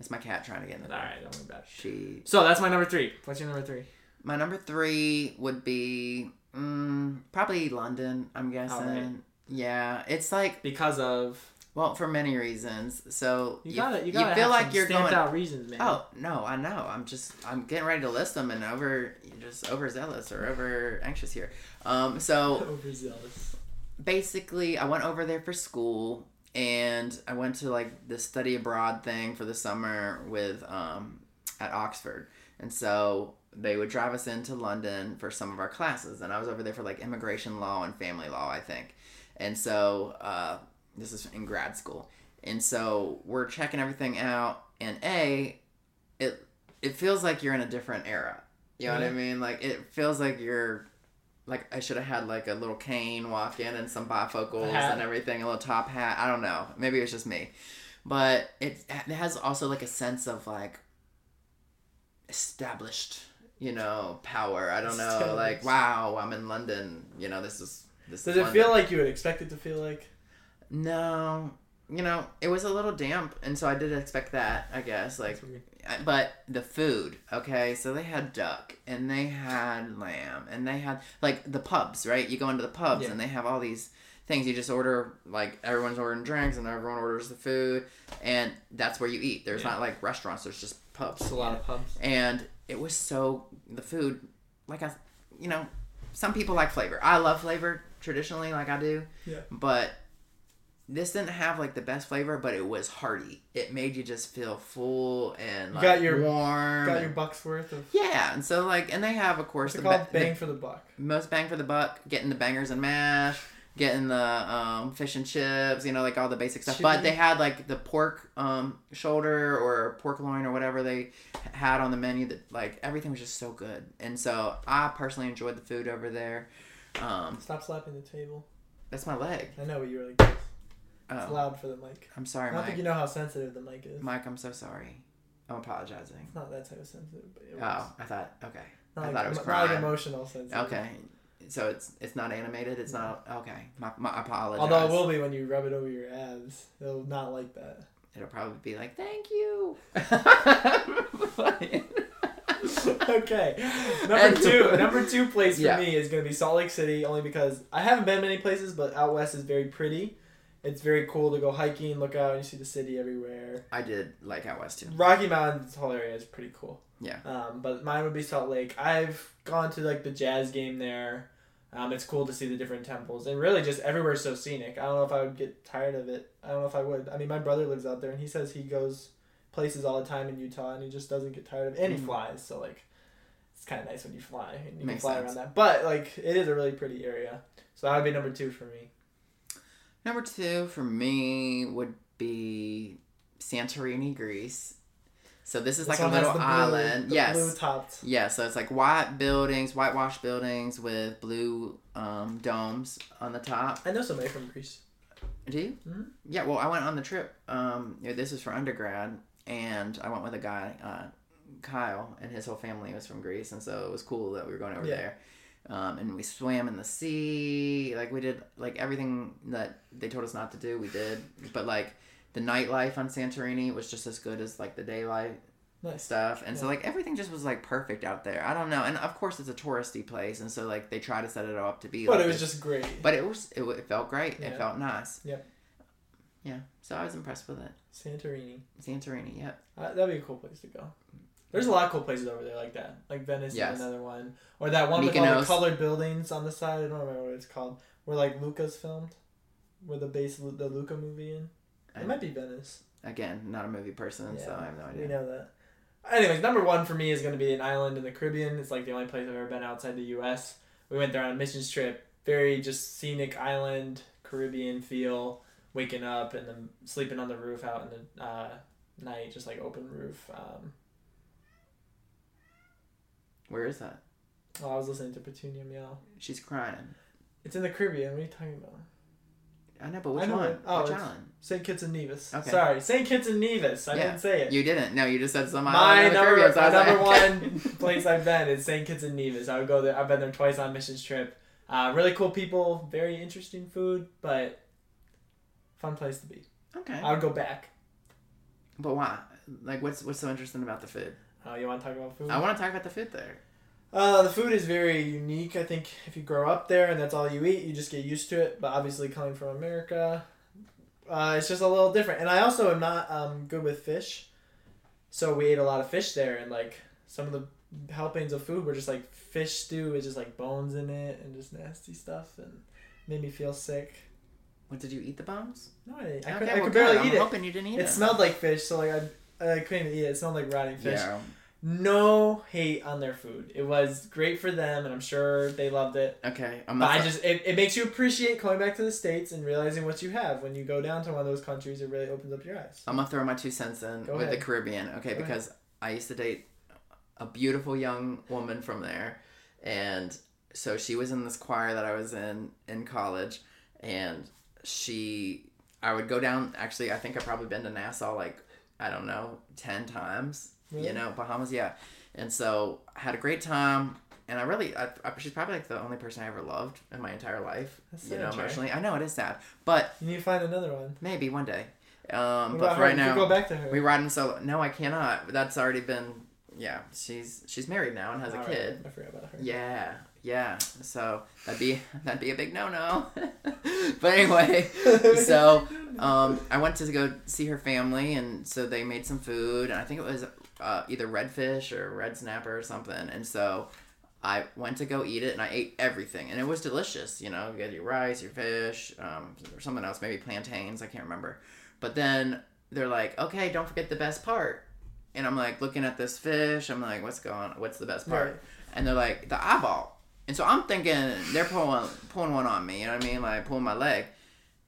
S2: It's my cat trying to get in the
S1: All
S2: door.
S1: right, don't worry about it.
S2: She.
S1: So that's my number three. What's your number three?
S2: My number three would be mm, probably London. I'm
S1: Oh,
S2: guessing. Yeah, it's like
S1: Because of
S2: well for many reasons. So
S1: you got it. You got to
S2: feel
S1: have
S2: like
S1: some
S2: you're
S1: stamped
S2: going.
S1: out reasons, man.
S2: Oh no, I know. I'm just I'm getting ready to list them and over just overzealous or over anxious here. Um, so
S1: overzealous.
S2: basically i went over there for school and i went to like the study abroad thing for the summer with um at oxford and so they would drive us into london for some of our classes and i was over there for like immigration law and family law i think and so uh, this is in grad school and so we're checking everything out and a it it feels like you're in a different era you know what i
S1: Mhm.
S2: mean like it feels like you're like I should have had like a little cane walk in and some bifocals
S1: A hat.
S2: and everything, a little top hat. I don't know. Maybe it's just me, but it it has also like a sense of like established, you know, power. I don't know. Like
S1: Established.
S2: wow, I'm in London. You know, this is this
S1: Does
S2: is
S1: it feel like you would expect it to feel like?
S2: no. You know, it was a little damp, and so I did expect that. I guess like
S1: That's weird.
S2: I- but the food okay so they had duck and they had lamb and they had like the pubs right you go into the pubs
S1: Yeah.
S2: and they have all these things you just order like everyone's ordering drinks and everyone orders the food and that's where you eat there's
S1: Yeah.
S2: not like restaurants there's just pubs.
S1: It's a lot of pubs.
S2: and it was so the food like i you know some people like flavor i love flavor traditionally like i do
S1: Yeah.
S2: but this didn't have like the best flavor but it was hearty it made you just feel full and
S1: You
S2: like,
S1: got your-
S2: warm
S1: Got your
S2: and-
S1: bucks worth of.
S2: yeah and so like and they have of course
S1: What's
S2: the,
S1: it
S2: be-
S1: called?
S2: the
S1: Bang for the buck.
S2: most bang for the buck getting the bangers and mash getting the um, fish and chips you know like all the basic stuff but
S1: Chicken.
S2: they had like the pork um, shoulder or pork loin or whatever they had on the menu that like everything was just so good and so i personally enjoyed the food over there um,
S1: Stop slapping the table.
S2: that's my leg
S1: I know what you really. It's
S2: oh,
S1: loud for the mic.
S2: i'm
S1: I
S2: sorry
S1: don't think
S2: mike
S1: you know how sensitive the mic is.
S2: mike i'm so sorry i'm apologizing
S1: It's not that type of sensitive, but it was.
S2: oh i thought okay
S1: Not
S2: I
S1: like,
S2: thought it was
S1: emo- not like
S2: crime.
S1: emotional sensitive.
S2: okay so it's it's not animated it's not okay my, my apologies
S1: Although it will be when you rub it over your abs. It'll not like that.
S2: It'll probably be like, thank you.
S1: okay.
S2: And-
S1: Number two, number two place for
S2: Yeah.
S1: me is going to be Salt Lake City, only because I haven't been many places, but out west is very pretty. It's very cool to go hiking, look out, and you see the city everywhere.
S2: I did like Out West too.
S1: Rocky Mountain, this whole area is pretty cool.
S2: Yeah.
S1: Um, but mine would be Salt Lake. I've gone to like the jazz game there. Um, it's cool to see the different temples and really just everywhere's so scenic. I don't know if I would get tired of it. I don't know if I would. I mean, my brother lives out there and he says he goes places all the time in Utah and he just doesn't get tired of it. And he
S2: Mhm.
S1: flies, so like it's kind of nice when you fly and you can
S2: Makes
S1: fly
S2: sense.
S1: around that. But like it is a really pretty area, so that would be number two for me.
S2: Number two for me would be Santorini, Greece. So this is like
S1: This
S2: a
S1: one has
S2: little
S1: the blue-
S2: island.
S1: the
S2: yes.
S1: blue topped.
S2: Yeah, so it's like white buildings, whitewashed buildings with blue um, domes on the top.
S1: I know somebody from Greece.
S2: Do you?
S1: Mhm.
S2: Yeah. Well, I went on the trip. Um, yeah, this was for undergrad, and I went with a guy, uh, Kyle, and his whole family was from Greece, and so it was cool that we were going over
S1: Yeah.
S2: there. Um, and we swam in the sea, like we did, like everything that they told us not to do, we did. But like the nightlife on Santorini was just as good as like the daylight
S1: Nice.
S2: stuff and so
S1: Yeah.
S2: like everything just was like perfect out there i don't know and of course it's a touristy place and so like they try to set it up to be
S1: But
S2: like
S1: it was
S2: this-
S1: just great.
S2: but it was it, w- it felt great. It
S1: Yeah.
S2: felt nice.
S1: Yep.
S2: Yeah. So I was impressed with it.
S1: Santorini.
S2: Santorini. Yep.
S1: Uh, that'd be a cool place to go. There's a lot of cool places over there like that. Like Venice
S2: Yes.
S1: is another one, or that one with all
S2: Mykonos.
S1: the colored buildings on the side. I don't remember what it's called. Where like Luca's filmed, where the base the Luca movie in.
S2: I-
S1: It might be Venice.
S2: Again, not a movie person, so
S1: Yeah.
S2: I have no
S1: We
S2: idea.
S1: know that. Anyways, number one for me is gonna be an island in the Caribbean. It's like the only place I've ever been outside the U.S. We went there on a missions trip. Very just scenic island, Caribbean feel. Waking up and then sleeping on the roof out in the uh, night, just like open roof. Um,
S2: Where is that?
S1: Oh, I was listening to Petunia Meow.
S2: She's crying. It's
S1: It's in the Caribbean. What are you talking about?
S2: I know, but
S1: I
S2: which
S1: know
S2: one?
S1: it. Oh,
S2: which
S1: it's-
S2: island?
S1: St. Kitts and Nevis.
S2: Okay.
S1: Sorry, St. Kitts and Nevis. I
S2: Yeah.
S1: didn't say it.
S2: You didn't. No, you just said some
S1: my
S2: island. in the
S1: number,
S2: Caribbean, so I
S1: my
S2: was like,
S1: number
S2: okay.
S1: one place I've been is St. Kitts and Nevis. I would go there. I've been there twice on missions trip. Uh, really cool people, very interesting food, but fun place to be.
S2: Okay.
S1: I would go back.
S2: But why? Like, what's what's so interesting about the food?
S1: Oh, you want to talk about food?
S2: I want to talk about the food there.
S1: Uh, the food is very unique. I think if you grow up there and that's all you eat, you just get used to it. But obviously, coming from America, uh, it's just a little different. And I also am not um, good with fish, so we ate a lot of fish there. And like some of the helpings of food were just like fish stew with just like bones in it and just nasty stuff, and made me feel sick.
S2: What did you eat the bones?
S1: No, I, I
S2: okay,
S1: could, I
S2: well,
S1: could
S2: good.
S1: barely
S2: I'm
S1: eat it.
S2: hoping you didn't eat
S1: It
S2: it.
S1: smelled like fish, so like I, I couldn't even eat it. It smelled like rotting fish
S2: Yeah.
S1: no hate on their food. It was great for them, and I'm sure they loved it.
S2: Okay. I'm
S1: But
S2: not.
S1: I just it, it makes you appreciate going back to the states and realizing what you have when you go down to one of those countries. It really opens up your eyes.
S2: I'm gonna throw my two cents in
S1: Go
S2: with the
S1: ahead.
S2: Caribbean, okay?
S1: Go ahead.
S2: because I used to date a beautiful young woman from there, and so she was in this choir that I was in in college, and she, I would go down. Actually, I think I've probably been to Nassau like I don't know ten times. You
S1: Really?
S2: know, Bahamas, yeah. And so I had a great time. And I really, I, I, she's probably like the only person I ever loved in my entire life.
S1: That's
S2: you
S1: sad,
S2: know,
S1: Trey.
S2: emotionally. I know it is sad, but
S1: You need to find another one.
S2: maybe one day.
S1: What
S2: Um, but
S1: about
S2: for
S1: her?
S2: right
S1: You
S2: now,
S1: could go back to her.
S2: we ride in solo. No, I cannot. That's already been. Yeah, she's she's married now and has a
S1: All right,
S2: kid.
S1: I forgot about her.
S2: Yeah, yeah. So that'd be that'd be a big no no. but anyway, so um, I went to go see her family, and so they made some food, and I think it was uh, either redfish or red snapper or something, and so I went to go eat it, and I ate everything, and it was delicious. You know, you get your rice, your fish, um, or something else, maybe plantains. I can't remember. But then they're like, "Okay, don't forget the best part," and I'm like looking at this fish. I'm like, "What's going? What's the best part?"
S1: Right.
S2: And they're like, "The eyeball." And so I'm thinking they're pulling pulling one on me. You know what I mean? Like pulling my leg.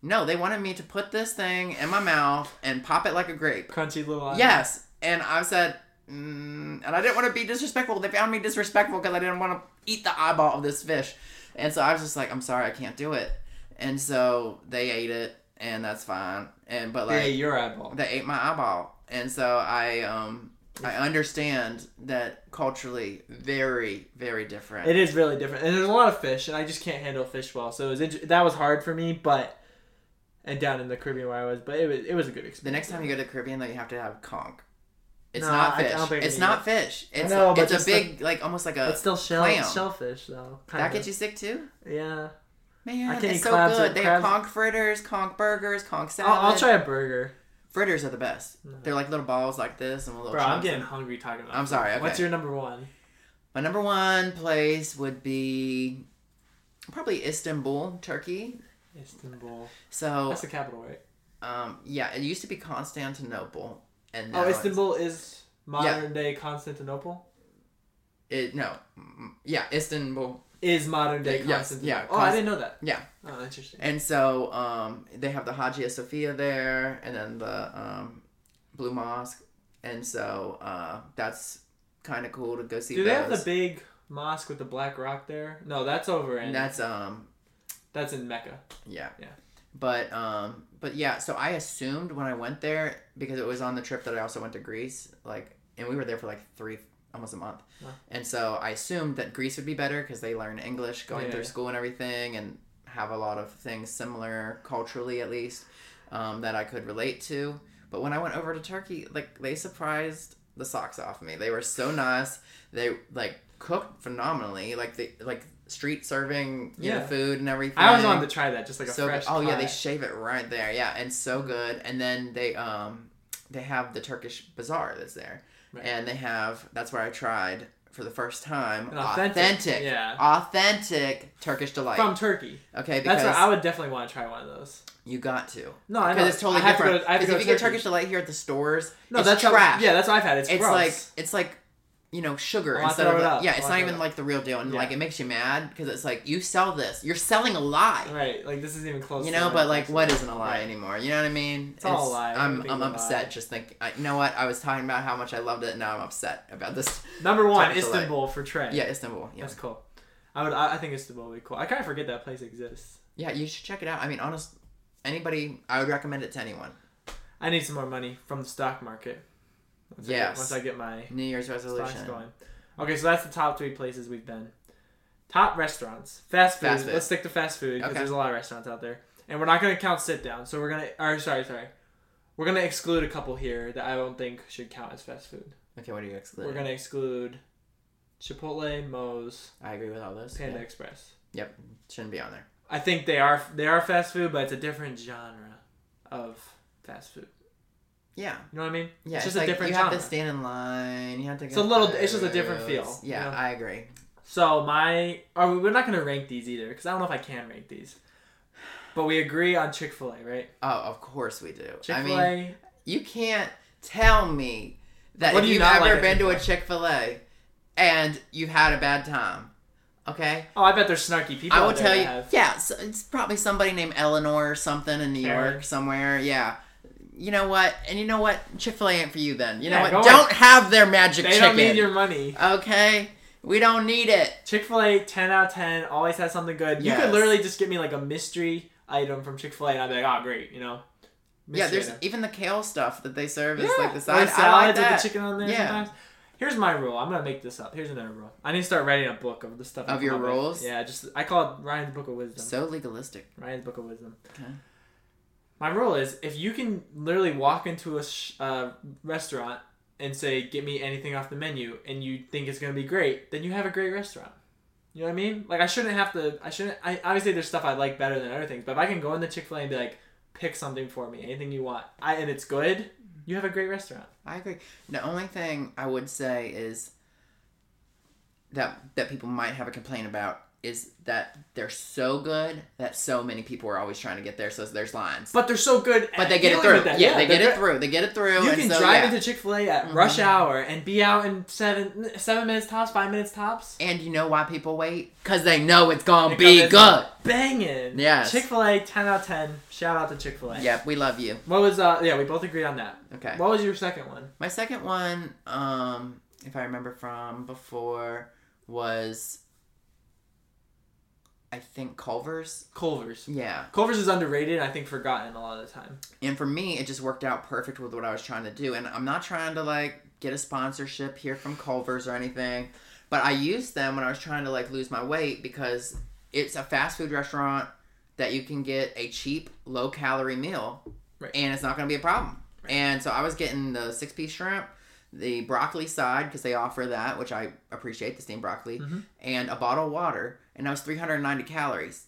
S2: No, they wanted me to put this thing in my mouth and pop it like a grape.
S1: Crunchy little eyes.
S2: Yes, and I said, mm, and I didn't want to be disrespectful. They found me disrespectful because I didn't want to eat the eyeball of this fish, and so I was just like, I'm sorry, I can't do it. And so they ate it, and that's fine. And but like
S3: hey, your eyeball.
S2: they ate my eyeball, and so I um I understand that culturally very very different.
S1: It is really different, and there's a lot of fish, and I just can't handle fish well. So it was int- that was hard for me, but and down in the Caribbean where I was, but it was it was a good experience.
S2: The next time you go to the Caribbean, though, you have to have conch. It's
S1: No,
S2: not
S1: I- I
S2: fish.
S1: don't think I
S2: it's
S1: need
S2: not fish. It's
S1: know, but
S2: it's a
S1: just
S2: big like almost like a
S1: it's still shell
S2: clam.
S1: shellfish though.
S2: that
S1: kinda.
S2: gets you sick too.
S1: Yeah,
S2: Man,
S1: I can
S2: it's
S1: eat
S2: so
S1: clams
S2: good.
S1: and
S2: They have
S1: crabs.
S2: conch fritters, conch burgers, conch salad.
S1: I'll, I'll try a burger.
S2: Fritters are the best.
S1: No.
S2: They're like little balls like this and little.
S1: Bro, I'm
S2: chunks.
S1: getting hungry talking about.
S2: I'm
S1: food.
S2: sorry, okay.
S1: What's your number one?
S2: My number one place would be probably Istanbul, Turkey.
S1: Istanbul.
S2: So,
S1: That's the capital, right?
S2: um, yeah, it used to be Constantinople, and now
S1: oh,
S2: it's-
S1: Istanbul is modern day Constantinople.
S2: It, no, Mm, yeah, Istanbul.
S1: Is modern day
S2: Yeah, yes,
S1: Constantinople?
S2: yeah,
S1: Oh, I didn't know that.
S2: Yeah.
S1: Oh, interesting.
S2: And so um, they have the Hagia Sophia there, and then the um, Blue Mosque, and so uh, that's kind of cool to go see.
S1: Do
S2: those.
S1: they have the big mosque with the black rock there? No, that's over in
S2: And that's um,
S1: that's in Mecca.
S2: yeah,
S1: Yeah.
S2: But um, but yeah. So I assumed when I went there because it was on the trip that I also went to Greece, like, and we were there for like three, almost a month,
S1: Wow.
S2: and so I assumed that Greece would be better because they learn English going
S1: Oh, Yeah,
S2: through
S1: yeah.
S2: school and everything, and have a lot of things similar culturally at least um, that I could relate to. But when I went over to Turkey, like they surprised the socks off me. They were so nice. They like cooked phenomenally. Like they like street serving, you know,
S1: Yeah.
S2: food and everything
S1: I always wanted to try that, just like a
S2: so
S1: fresh.
S2: good. oh yeah they
S1: pie.
S2: shave it right there yeah and so good and then they um they have the turkish bazaar that's there
S1: Right.
S2: and they have that's where i tried for the first time
S1: An
S2: authentic,
S1: authentic- yeah.
S2: authentic turkish delight
S1: from Turkey.
S2: okay because
S1: That's what I would definitely want to try one of those.
S2: you got to
S1: No, I know.
S2: because it's totally
S1: I have to
S2: different
S1: go to- I have to
S2: because if
S1: go to
S2: you get
S1: Turkey.
S2: turkish delight here at the stores
S1: No,
S2: it's
S1: that's how-
S2: trash
S1: yeah, that's what I've had. It's,
S2: it's
S1: gross.
S2: like it's like you know sugar
S1: I'll
S2: instead
S1: throw
S2: of
S1: it
S2: like-
S1: up.
S2: yeah it's
S1: I'll
S2: not
S1: throw
S2: even
S1: it up.
S2: like the real deal and
S1: Yeah.
S2: like it makes you mad because it's like you sell this you're selling a lie
S1: right, like this isn't even close.
S2: you
S1: to
S2: know, but like, what isn't a lie
S1: Right.
S2: anymore? You know what I mean?
S1: It's all a lie.
S2: I'm,
S1: Everything's
S2: I'm
S1: a
S2: upset.
S1: lie.
S2: Just think, I, you know what? I was talking about how much I loved it, and now I'm upset about this.
S1: Number one,
S2: Turkish delight.
S1: Istanbul for Trey.
S2: Yeah, Istanbul. Yeah,
S1: that's cool. I would. I I think Istanbul would be cool. I kind of forget that place exists.
S2: yeah. You should check it out. I mean, honest, anybody, I would recommend it to anyone.
S1: I need some more money from the stock market. Once I get-
S2: Yes.
S1: once I get my
S2: New Year's
S1: stocks
S2: resolution.
S1: going. Okay, so that's the top three places we've been. Top restaurants, fast food.
S2: Fast food.
S1: Let's stick to fast food because
S2: Okay.
S1: there's a lot of restaurants out there, and we're not gonna count sit down. So we're gonna. Or sorry, sorry. We're gonna exclude a couple here that I don't think should count as fast food.
S2: Okay, what are you excluding?
S1: We're gonna exclude Chipotle, Moe's,
S2: I agree with all those.
S1: Panda
S2: Yeah.
S1: Express.
S2: Yep, shouldn't be on there.
S1: I think they are they are fast food, but it's a different genre of fast food.
S2: Yeah,
S1: You know what I mean?
S2: yeah.
S1: it's just a
S2: like
S1: different
S2: you
S1: genre.
S2: have to stand in line. You have to.
S1: It's
S2: get
S1: a little- it's just a different
S2: food.
S1: feel,
S2: Yeah,
S1: you know?
S2: I agree.
S1: So my, are we, we're not gonna rank these either because I don't know if I can rank these. But we agree on Chick Fil A, right?
S2: Oh, of course we do.
S1: Chick
S2: I
S1: Fil
S2: mean,
S1: A.
S2: You can't tell me that
S1: What
S2: if
S1: do you
S2: you've
S1: not like
S2: ever
S1: at
S2: been to
S1: Chick-fil-A?
S2: a Chick fil A and you've had a bad time, okay?
S1: oh, I bet there's snarky people.
S2: I
S1: out
S2: will
S1: there
S2: tell
S1: that
S2: you.
S1: Have.
S2: Yeah, so it's probably somebody named Eleanor or something in New
S1: Karen.
S2: York somewhere. Yeah. You know what? And you know what? Chick fil A ain't for you then. You know
S1: Yeah,
S2: what?
S1: go
S2: Don't have their magic
S1: They
S2: chicken.
S1: don't need your money.
S2: okay? We don't need it.
S1: Chick Fil A, ten out of ten, always has something good. You
S2: Yes.
S1: could literally just get me like a mystery item from Chick Fil A, and I'd be like, oh great, you know.
S2: yeah,
S1: Mystery
S2: there's
S1: item.
S2: even the kale stuff that they serve is
S1: Yeah,
S2: like the
S1: or
S2: side. I
S1: salads
S2: like that.
S1: with the chicken on there.
S2: Yeah.
S1: Sometimes. Here's my rule. I'm gonna make this up. Here's another rule. I need to start writing a book of the stuff. I
S2: Of your
S1: come up with.
S2: rules?
S1: Yeah, just I call it Ryan's Book of Wisdom.
S2: So legalistic.
S1: Ryan's Book of Wisdom.
S2: Okay.
S1: My rule is if you can literally walk into a sh- uh, restaurant and say, "Get me anything off the menu," and you think it's gonna be great, then you have a great restaurant. You know what I mean? Like I shouldn't have to. I shouldn't. I obviously there's stuff I like better than other things, but if I can go into Chick Fil A and be like, "Pick something for me, anything you want," I, and it's good, You have a great restaurant.
S2: I agree. The only thing I would say is that that people might have a complaint about is that they're so good that so many people are always trying to get there, so there's lines. But,
S1: But they're so good. At
S2: they get
S1: dealing
S2: it through.
S1: with that.
S2: Yeah, they
S1: they're
S2: get it
S1: good.
S2: through. They get it through.
S1: You
S2: and
S1: can
S2: so,
S1: drive
S2: yeah. Mm-hmm.
S1: into Chick Fil A at rush hour and be out in seven seven minutes tops, five minutes tops.
S2: And you know why people wait? Because they know it's gonna
S1: Because
S2: be
S1: it's
S2: good.
S1: Banging.
S2: Yes.
S1: Chick Fil A, ten out of ten. Shout out to Chick Fil A.
S2: Yep, we love you.
S1: What was uh? Yeah, we both agreed on that.
S2: Okay.
S1: What was your second one?
S2: My second one, um, if I remember from before, was I think Culver's.
S1: Culver's.
S2: Yeah.
S1: Culver's is underrated. and I think forgotten a lot of the time.
S2: And for me, it just worked out perfect with what I was trying to do. And I'm not trying to like get a sponsorship here from Culver's or anything, but I used them when I was trying to like lose my weight because it's a fast food restaurant that you can get a cheap, low calorie meal
S1: Right.
S2: and it's not going to be a problem. And so I was getting the six piece shrimp, the broccoli side because they offer that, which I appreciate the steamed broccoli, and a bottle of water. And that was 390 calories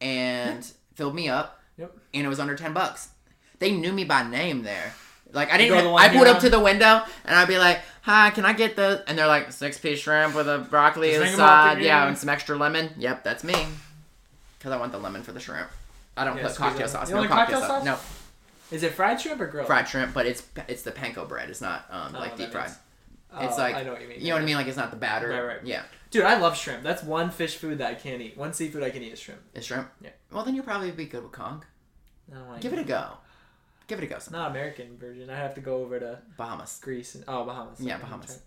S2: and filled me up
S1: Yep.
S2: and it was under 10 bucks. They knew me by name there. Like I didn't
S1: go to
S2: have-
S1: the one
S2: I pulled
S1: down?
S2: up to the window and I'd be like, "Hi, can I get the?" And they're like, six piece shrimp with a broccoli
S1: Just
S2: on the
S1: hang 'em up
S2: side,
S1: there,
S2: yeah,
S1: yeah."
S2: and some extra lemon." Yep, that's me. Cause I want the lemon for the shrimp. I don't
S1: Yeah,
S2: put
S1: squeeze
S2: cocktail
S1: it.
S2: sauce.
S1: You
S2: No
S1: only
S2: cocktail,
S1: cocktail
S2: sauce.
S1: sauce?
S2: No
S1: Is it fried shrimp or grilled?
S2: fried shrimp, but it's it's the panko bread. It's not um
S1: Oh, that
S2: like deep fried.
S1: makes-
S2: It's
S1: Oh,
S2: like
S1: I know what you mean.
S2: You know what I mean? Like it's not the batter.
S1: Right, right.
S2: Yeah,
S1: Dude, I love shrimp. That's one fish food that I can't eat. One seafood I can eat is shrimp.
S2: it's shrimp.
S1: Yeah.
S2: Well, then you'll probably be good with conch.
S1: I don't like
S2: Give it a go. Give it a go. Some
S1: Not American version. I have to go over to
S2: Bahamas.
S1: Greece and oh Bahamas.
S2: Yeah,
S1: Okay,
S2: Bahamas.
S1: that's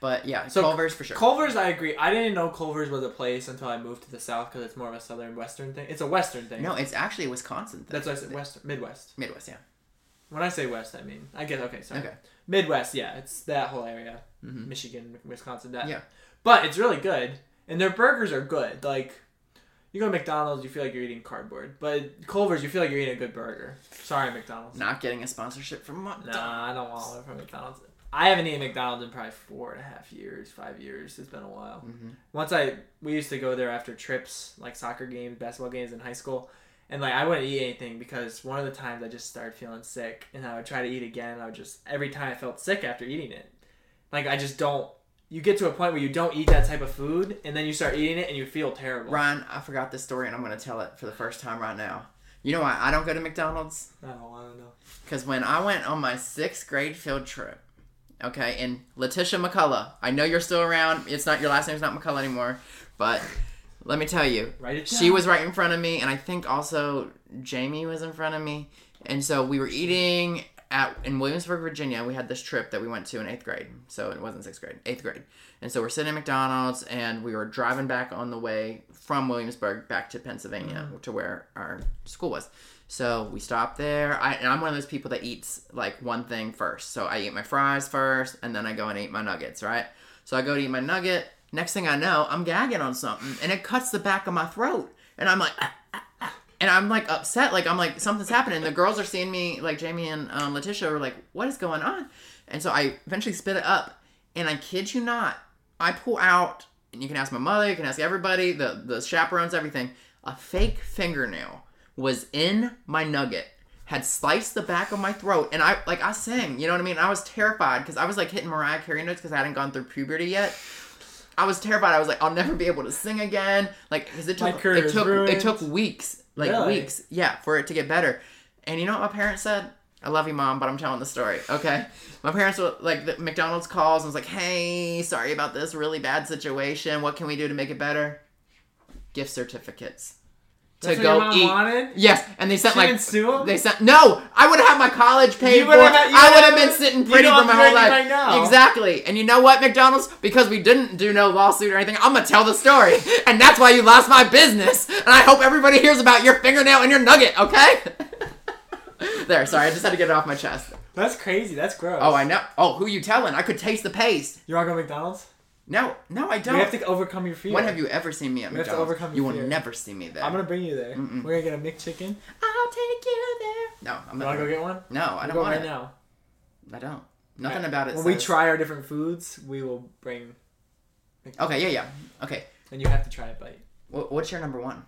S2: But yeah,
S1: So,
S2: Culver's for sure.
S1: right. Culver's, I agree. I didn't know Culver's was a place until I moved to the south because it's more of a southern western thing. It's a western thing.
S2: No, it's actually a Wisconsin thing.
S1: that's why I said western, Midwest.
S2: Midwest, yeah.
S1: When I say west, I mean I guess okay, sorry.
S2: Okay.
S1: Midwest, yeah, it's that whole area,
S2: Mhm.
S1: Michigan, Wisconsin, that.
S2: Yeah.
S1: But it's really good, and their burgers are good. Like, you go to McDonald's, you feel like you're eating cardboard, but Culver's, you feel like you're eating a good burger. Sorry, McDonald's.
S2: Not getting a sponsorship from Mont.
S1: Nah, I don't want one from McDonald's. I haven't eaten McDonald's in probably four and a half years, five years. It's been a while.
S2: Mm-hmm.
S1: Once I we used to go there after trips, like soccer games, basketball games in high school, and like I wouldn't eat anything because one of the times I just started feeling sick, and I would try to eat again. I would just every time I felt sick after eating it, like I just don't. You get to a point where you don't eat that type of food, and then you start eating it, and you feel terrible.
S2: Ryan, I forgot this story and I'm going to tell it for the first time right now. You know why I don't go to McDonald's?
S1: I don't want to know.
S2: Because when I went on my sixth grade field trip, okay, and Letitia McCullough, I know you're still around. It's not your last name's not McCullough anymore, but let me tell you,
S1: Write it
S2: she
S1: down.
S2: was right in front of me, and I think also Jamie was in front of me, and so we were eating at in Williamsburg, Virginia. We had this trip that we went to in eighth grade, so it wasn't sixth grade, eighth grade, and so we're sitting at McDonald's, and we were driving back on the way from Williamsburg back to Pennsylvania to where our school was. So we stopped there. I, and I'm one of those people that eats like one thing first. So I eat my fries first, and then I go and eat my nuggets, right? So I go to eat my nugget. Next thing I know, I'm gagging on something, and it cuts the back of my throat. And I'm like, "Ah, ah, ah." and I'm like upset. Like I'm like something's happening. The girls are seeing me. Like Jamie and um, Letitia were like, "What is going on?" And so I eventually spit it up, and I kid you not, I pull out. And you can ask my mother. You can ask everybody. The the chaperones, everything. A fake fingernail was in my nugget. Had sliced the back of my throat, and I like I sang. You know what I mean? I was terrified because I was like hitting Mariah Carey notes because I hadn't gone through puberty yet. I was terrified. I was like, I'll never be able to sing again. Like, because it
S1: My
S2: took
S1: career
S2: it
S1: is
S2: took it
S1: ruined.
S2: took weeks, like
S1: Really?
S2: weeks, yeah, for it to get better. And you know what my parents said? I love you, mom, but I'm telling the story. Okay, my parents were like, the McDonald's calls and was like, hey, sorry about this really bad situation. What can we do to make it better? Gift certificates
S1: That's what your mom wanted?
S2: Yes, and they sent
S1: She
S2: like
S1: didn't sue 'em?
S2: they sent no. I would have had my college paid
S1: You
S2: for. it.
S1: would've had- you
S2: I would
S1: would've
S2: have been
S1: been-
S2: sitting
S1: you
S2: pretty
S1: don't
S2: for my
S1: have to do
S2: whole life.
S1: anything right now.
S2: Exactly. And you know what, McDonald's? Because we didn't do no lawsuit or anything, I'm gonna tell the story, and that's why you lost my business. And I hope everybody hears about your fingernail and your nugget. Okay. there. Sorry, I just had to get it off my chest.
S1: That's crazy. That's gross.
S2: Oh, I know. Oh, who you telling? I could taste the paste.
S1: You want to go to McDonald's?
S2: No, no, I don't.
S1: We have to overcome your fear.
S2: when have you ever seen me at
S1: We have to
S2: McDonald's?
S1: overcome
S2: you
S1: your
S2: will
S1: fear.
S2: never see me there.
S1: I'm gonna bring you there. We're gonna get a McChicken.
S2: I'll take you there. No, I'm
S1: You
S2: not.
S1: wanna go get one?
S2: no, I don't
S1: We'll go
S2: want
S1: right
S2: it.
S1: now.
S2: I don't. Nothing about it.
S1: When we
S2: says-
S1: try our different foods, we will bring,
S2: Okay, yeah, yeah. Okay.
S1: and you have to try a bite.
S2: Wh- what's your number one?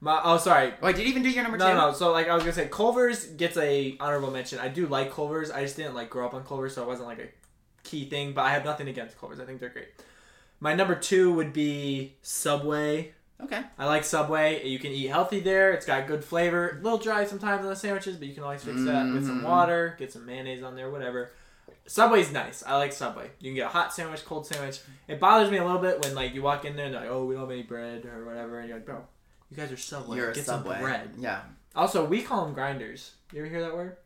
S1: My, oh, sorry.
S2: Wait, did you even do your number
S1: No,
S2: two?
S1: no. So like I was gonna say, Culver's gets a honorable mention. I do like Culver's. I just didn't like grow up on Culver's, so it wasn't like a key thing. But I have nothing against Culver's. I think they're great. My number two would be Subway.
S2: Okay.
S1: I like Subway. You can eat healthy there. It's got good flavor. A little dry sometimes on the sandwiches, but you can always fix that with some
S2: Mhm.
S1: water, get some mayonnaise on there, whatever. Subway's nice. I like Subway. You can get a hot sandwich, cold sandwich. It bothers me a little bit when like you walk in there and they're like, "Oh, we don't have any bread or whatever," and you're like, "Bro, you guys are Subway.
S2: You're a
S1: get
S2: subway.
S1: some bread."
S2: Yeah.
S1: Also, we call them grinders. You ever hear that word?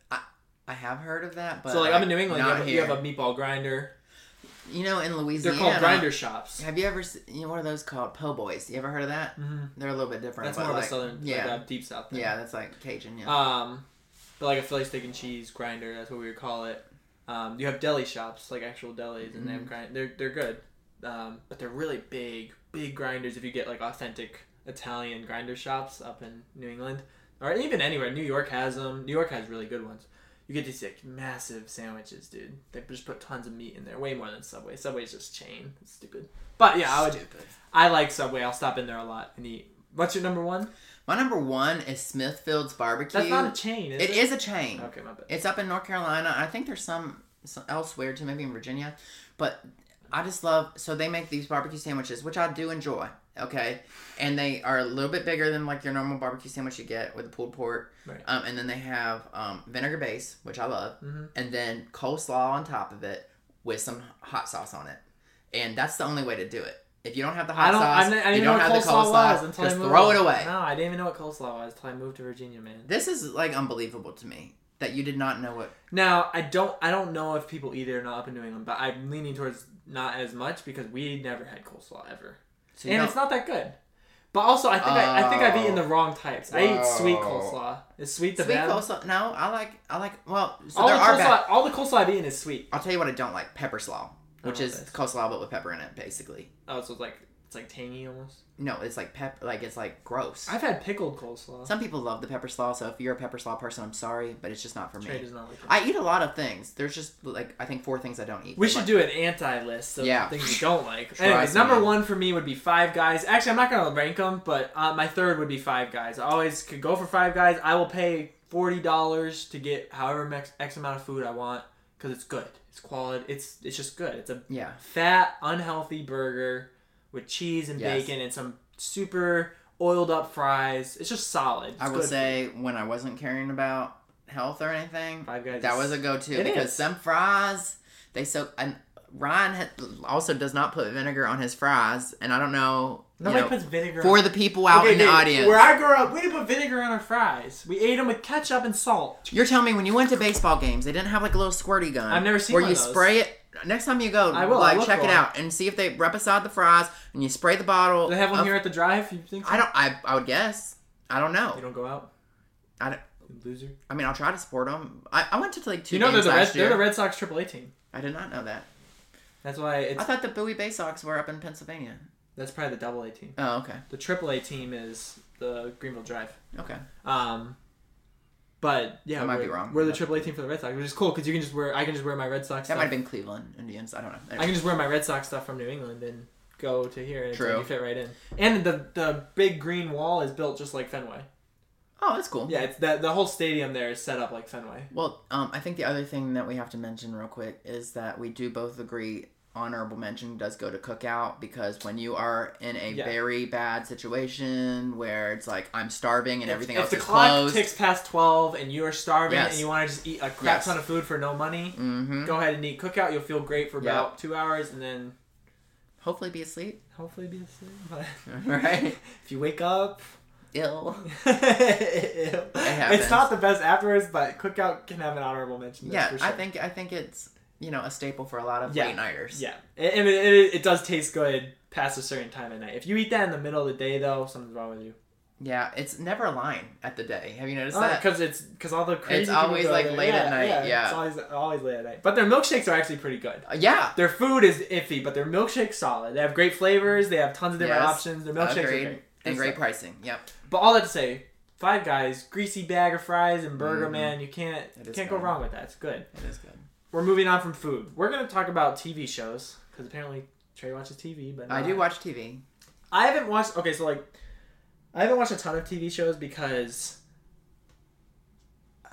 S2: I have heard of that, but
S1: so like I'm in New England. You
S2: not
S1: have, a- you
S2: here.
S1: have a meatball grinder.
S2: You know, in
S1: They're
S2: Louisiana,
S1: called grinder shops.
S2: Have you ever se- you know what are those called? Po' boys. You ever heard of that?
S1: Mm-hmm.
S2: They're a little bit different.
S1: That's
S2: but
S1: more of
S2: like,
S1: a southern,
S2: Yeah,
S1: like a deep south thing.
S2: yeah, that's like Cajun. Yeah.
S1: Um, but like a Philly steak and cheese grinder, that's what we would call it. Um, you have deli shops, like actual delis, and
S2: Mm-hmm.
S1: they have grind. They're they're good, um, but they're really big, big grinders. If you get like authentic Italian grinder shops up in New England, or even anywhere, New York has them. New York has really good ones. You get these like massive sandwiches, dude. They just put tons of meat in there, way more than Subway. Subway's just chain. It's stupid. But yeah, I would.
S2: Stupid.
S1: I like Subway. I'll stop in there a lot and eat. What's your number one?
S2: My number one is Smithfield's barbecue.
S1: That's not a chain. Is
S2: it
S1: it,
S2: is a chain.
S1: Okay, my bad.
S2: It's up in North Carolina. I think there's some, some elsewhere too, maybe in Virginia. But I just love so they make these barbecue sandwiches, which I do enjoy. Okay, and they are a little bit bigger than like your normal barbecue sandwich you get with the pulled pork.
S1: Right.
S2: Um, and then they have um, vinegar base, which I love,
S1: Mhm.
S2: and then coleslaw on top of it with some hot sauce on it. And that's the only way to do it. If you don't have the hot
S1: I don't.
S2: sauce,
S1: I didn't, I
S2: you
S1: didn't
S2: don't
S1: know
S2: have
S1: what
S2: the
S1: coleslaw was
S2: coleslaw.
S1: until I
S2: Just
S1: moved.
S2: throw it away.
S1: No, I didn't even know what coleslaw was until I moved to Virginia, man.
S2: This is like unbelievable to me that you did not know what.
S1: Now I don't. I don't know if people eat it or not up in New England, but I'm leaning towards not as much because we never had coleslaw ever,
S2: So you
S1: and
S2: don't-
S1: it's not that good. But also, I think I, I think I've eaten
S2: Oh.
S1: the wrong types. I eat sweet
S2: Wow.
S1: coleslaw. Is sweet the
S2: Sweet
S1: bad?
S2: coleslaw. No, I like I like. Well, so
S1: all, the
S2: there are
S1: coleslaw,
S2: bad.
S1: all the coleslaw I've eaten is sweet.
S2: I'll tell you what I don't like: pepper slaw, which
S1: Oh,
S2: is
S1: that's-
S2: coleslaw but with pepper in it, basically.
S1: Oh, so it's like it's like tangy almost.
S2: No, it's like pep, like it's like gross.
S1: I've had pickled coleslaw.
S2: Some people love the pepper slaw, so if you're a pepper slaw person, I'm sorry, but it's just not for
S1: Trey
S2: me.
S1: does not like it.
S2: I eat a lot of things. There's just like I think four things I don't eat.
S1: We
S2: But,
S1: should
S2: like,
S1: do an anti list of
S2: Yeah.
S1: things you don't like.
S2: Try
S1: Anyways,
S2: some.
S1: number one for me would be Five Guys. Actually, I'm not gonna rank them, but uh, my third would be Five Guys. I always could go for Five Guys. I will pay forty dollars to get however max, x amount of food I want because it's good. It's quality. It's it's just good. It's a
S2: Yeah,
S1: fat, unhealthy burger with cheese and
S2: Yes.
S1: bacon and some super oiled up fries. It's just solid. It's
S2: I will
S1: good.
S2: say when I wasn't caring about health or anything,
S1: Five Guys.
S2: That
S1: is-
S2: was a
S1: It
S2: go-to because
S1: is.
S2: some fries they so and Ryan had, also does not put vinegar on his fries, and I don't know, you
S1: nobody
S2: know,
S1: puts vinegar.
S2: for
S1: on
S2: the people out
S1: Okay,
S2: in the
S1: dude,
S2: audience.
S1: Where I grew up, we didn't put vinegar on our fries. We ate them with ketchup and salt.
S2: You're telling me when you went to baseball games, they didn't have like a little squirty gun.
S1: I've never seen
S2: where
S1: one
S2: you
S1: of those.
S2: spray it. Next time you go,
S1: I will, I'll
S2: like
S1: look
S2: check
S1: for
S2: it
S1: one.
S2: out and see if they right beside the fries, and you spray the bottle.
S1: Do they have one
S2: of-
S1: here at the drive? You think? So?
S2: I don't. I, I would guess. I don't know.
S1: You don't go out.
S2: I, don't,
S1: You Loser.
S2: I mean, I'll try to support them. I, I went to like two
S1: You know they're
S2: games
S1: the Red,
S2: last
S1: they're
S2: year.
S1: the Red Sox AAA team.
S2: I did not know that.
S1: That's why
S2: I
S1: it's
S2: thought the Bowie Bay Sox were up in Pennsylvania.
S1: that's probably the Double A team.
S2: Oh, okay,
S1: The AAA team is the Greenville Drive.
S2: okay.
S1: Um, but yeah,
S2: I might
S1: we're,
S2: be wrong.
S1: We're the AAA team for the Red Sox, which is cool because you can just wear I can just wear my Red Sox.
S2: That
S1: stuff.
S2: might have been Cleveland Indians. I don't know.
S1: I can just wear my Red Sox stuff from New England and go to here and it's like
S2: True.
S1: you fit right in. And the the big green wall is built just like Fenway.
S2: oh, that's cool.
S1: Yeah, it's that the whole stadium there is set up like Fenway.
S2: Well, um, I think the other thing that we have to mention real quick is that we do both agree honorable mention does go to cookout because when you are in a
S1: Yeah.
S2: very bad situation where it's like I'm starving and everything
S1: if
S2: else
S1: the
S2: is
S1: clock
S2: closed.
S1: ticks past 12 and you are starving
S2: Yes.
S1: and you want to just eat a crap
S2: Yes.
S1: ton of food for no money
S2: mm-hmm.
S1: go ahead and eat cookout you'll feel great for
S2: Yeah.
S1: about two hours and then
S2: Hopefully, be asleep.
S1: hopefully be asleep but
S2: Right?
S1: if you wake up
S2: Ill.
S1: it's
S2: happens.
S1: not the best afterwards but cookout can have an honorable mention that's
S2: Yeah,
S1: for
S2: I
S1: sure.
S2: think I think it's you know a staple for a lot of
S1: Yeah.
S2: late nighters.
S1: yeah and and it, it, it does taste good past a certain time at night if you eat that in the middle of the day though something's wrong with you
S2: Yeah, it's never a line at the day. Have you noticed that?
S1: because it's because all the crazy people
S2: always,
S1: go
S2: like,
S1: there.
S2: late at night, yeah.
S1: it's always always late at night but their milkshakes are actually pretty good
S2: Uh, yeah.
S1: Their food is iffy, but their milkshake's solid. They have great flavors. They have tons of different
S2: Yes.
S1: options. Their milkshakes
S2: Agreed.
S1: are great.
S2: And great
S1: stuff.
S2: pricing. Yep.
S1: But all that to say, Five Guys, greasy bag of fries and burger,
S2: Mhm.
S1: man. You can't
S2: It is
S1: can't go
S2: good.
S1: wrong with that. It's good.
S2: It is good.
S1: We're moving on from food. We're gonna talk about TV shows because apparently Trey watches TV, but
S2: I
S1: not-
S2: do watch TV.
S1: I haven't watched. Okay, so like, I haven't watched a ton of TV shows because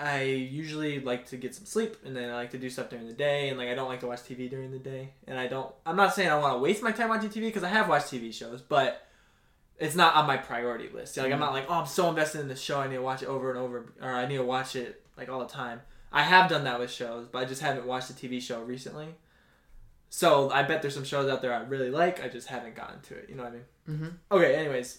S1: I usually like to get some sleep and then I like to do stuff during the day and like I don't like to watch TV during the day and I don't I'm not saying I want to waste my time watching TV because I have watched TV shows but it's not on my priority list. Like
S2: Mm-hmm.
S1: I'm not like oh I'm so invested in this show I need to watch it over and over or I need to watch it like all the time. I have done that with shows but I just haven't watched a TV show recently. So I bet there's some shows out there I really like I just haven't gotten to it. You know what I mean?
S2: Mm-hmm.
S1: Okay, anyways,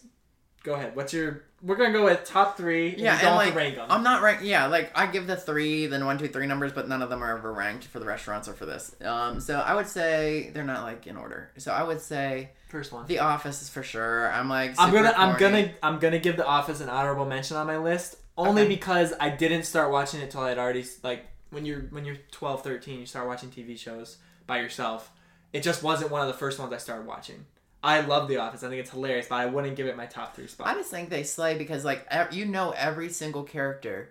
S1: go ahead. What's your? We're gonna go with top three.
S2: Yeah,
S1: we
S2: and
S1: don't
S2: like,
S1: have to rank 'em.
S2: I'm not rank. Yeah, like I give the three, then one, two, three numbers, but none of them are ever ranked for the restaurants or for this. Um, so I would say they're not like in order. So I would say
S1: First one.
S2: The Office is for sure. I'm like
S1: I'm
S2: super
S1: gonna, I'm
S2: corny.
S1: gonna, I'm gonna give The Office an honorable mention on my list only
S2: Okay.
S1: because I didn't start watching it till I'd already like when you're when you're 12, 13, you start watching TV shows by yourself. It just wasn't one of the first ones I started watching. I love The Office. I think it's hilarious, but I wouldn't give it my top three spot.
S2: I just think they slay because like ev- you know every single character,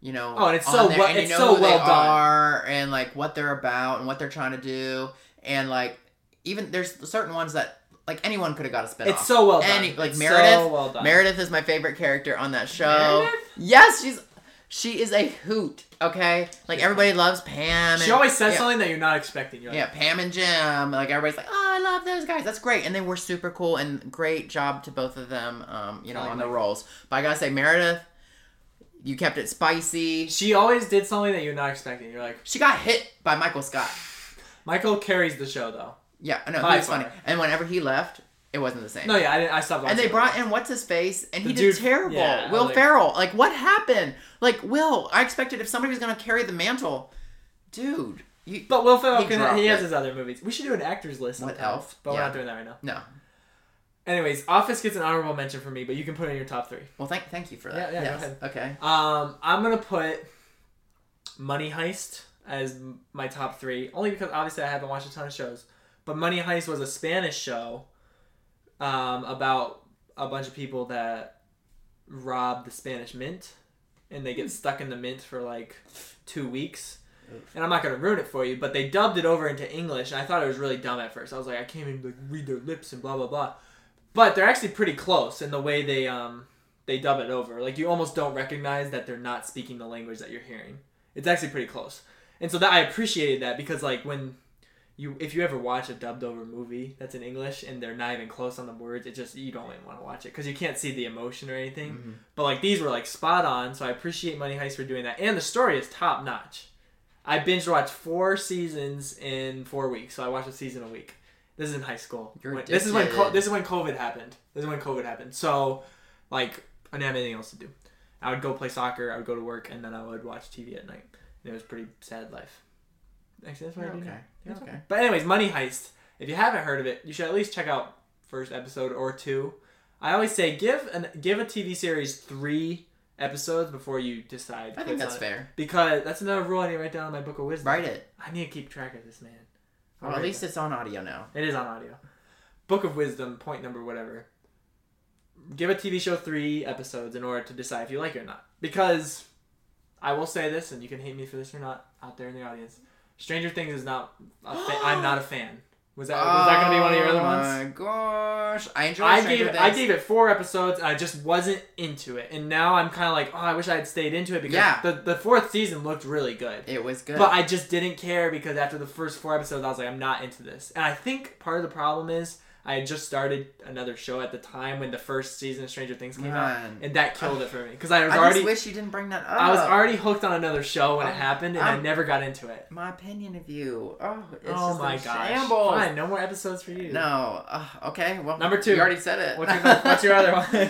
S2: you know.
S1: Oh, and it's
S2: on
S1: so
S2: there,
S1: well-
S2: and you
S1: it's
S2: know
S1: so
S2: who
S1: well
S2: they
S1: done.
S2: are and like what they're about and what they're trying to do and like even there's certain ones that like anyone could have got a spin
S1: it's so well done.
S2: Any- like
S1: It's So
S2: Meredith-
S1: well done.
S2: Meredith is my favorite character on that show.
S1: Meredith?
S2: Yes, she's she is a hoot. Okay, like everybody loves Pam.
S1: She
S2: and-
S1: always says
S2: yeah,
S1: something that you're not expecting. You're like,
S2: Yeah, Pam and Jim. Like everybody's like, oh, I love those guys. That's great, and they were super cool and great job to both of them. Um, you know,
S1: I like
S2: on their
S1: Mike.
S2: roles. But I gotta say, Meredith, you kept it spicy.
S1: She always did something that you're not expecting. You're like,
S2: She got hit by Michael Scott.
S1: Michael carries the show though.
S2: Yeah, I know.
S1: By
S2: He was
S1: far.
S2: funny. And whenever he left, it wasn't the same.
S1: No, yeah, I, didn't, I stopped watching.
S2: And they
S1: it.
S2: brought in what's his face, and he
S1: The
S2: did
S1: dude-
S2: terrible.
S1: yeah,
S2: Will
S1: like-
S2: Ferrell, like what happened? Like Will, I expected if somebody was gonna carry the mantle, dude. You
S1: But Will Ferrell,
S2: He
S1: can,
S2: dropped
S1: he has
S2: it.
S1: his other movies. We should do an actors list.
S2: What
S1: What
S2: Elf?
S1: else? But we're
S2: Yeah.
S1: not doing that right now.
S2: no.
S1: Anyways, Office gets an honorable mention for me, but you can put it in your top three.
S2: Well, thank thank you for that.
S1: Yeah, yeah, go
S2: Yes.
S1: ahead.
S2: Okay.
S1: Um, I'm gonna put Money Heist as m- my top three, only because obviously I haven't watched a ton of shows. But Money Heist was a Spanish show um, about a bunch of people that rob the Spanish mint, and they get stuck in the mint for like two weeks. And I'm not gonna ruin it for you, but they dubbed it over into English, and I thought it was really dumb at first. I was like, I can't even like, read their lips and blah blah blah. But they're actually pretty close in the way they um, they dub it over. Like you almost don't recognize that they're not speaking the language that you're hearing. It's actually pretty close. And so that I appreciated that because like when you if you ever watch a dubbed over movie that's in English and they're not even close on the words, it just you don't even want to watch it because you can't see the emotion or anything.
S2: Mm-hmm.
S1: But like these were like spot on, so I appreciate Money Heist for doing that. And the story is top notch. I binge watched four seasons in four weeks, so I watched a season a week. This is in high school.
S2: You're
S1: When- this is when co-
S2: addicted.
S1: this is when COVID happened. This is when COVID happened. So, like, I didn't have anything else to do. I would go play soccer. I would go to work, and then I would watch TV at night. And it was a pretty sad life. Actually, that's what
S2: You're
S1: I do
S2: okay.
S1: now.
S2: You're
S1: That's
S2: okay.
S1: But anyways, Money Heist. If you haven't heard of it, you should at least check out first episode or two. I always say give an give a TV series three episodes before you decide.
S2: I think
S1: what's
S2: that's
S1: on it.
S2: fair.
S1: Because that's another rule I need to write down in my book of wisdom.
S2: Write it.
S1: I need to keep track of this man.
S2: Well, at least it's on audio now.
S1: it is on audio. Book of Wisdom, point number whatever. Give a TV show three episodes in order to decide if you like it or not. Because I will say this, and you can hate me for this or not out there in the audience. Stranger Things is not. A fa- I'm not a fan. Was that Oh, was that gonna be one of your other
S2: Oh
S1: ones?
S2: my gosh, I enjoyed.
S1: I
S2: Stranger
S1: gave it,
S2: Things.
S1: I gave it four episodes and I just wasn't into it, and now I'm kind of like, oh, I wish I had stayed into it because
S2: Yeah.
S1: the the fourth season looked really good.
S2: It was good.
S1: But I just didn't care because after the first four episodes, I was like, I'm not into this. And I think part of the problem is I had just started another show at the time when the first season of Stranger Things came out,
S2: Man.
S1: and that killed it for me because I was
S2: I
S1: already
S2: just wish you didn't bring that up.
S1: I was already hooked on another show when it
S2: I'm-
S1: happened, and i
S2: I'm-
S1: never got into it.
S2: My opinion of you. Oh, it's
S1: oh
S2: just
S1: my
S2: a
S1: gosh!
S2: shambles.
S1: Fine, no more episodes for you.
S2: No. Uh, okay. Well,
S1: Number two.
S2: You already said it.
S1: What's your, what's your other one?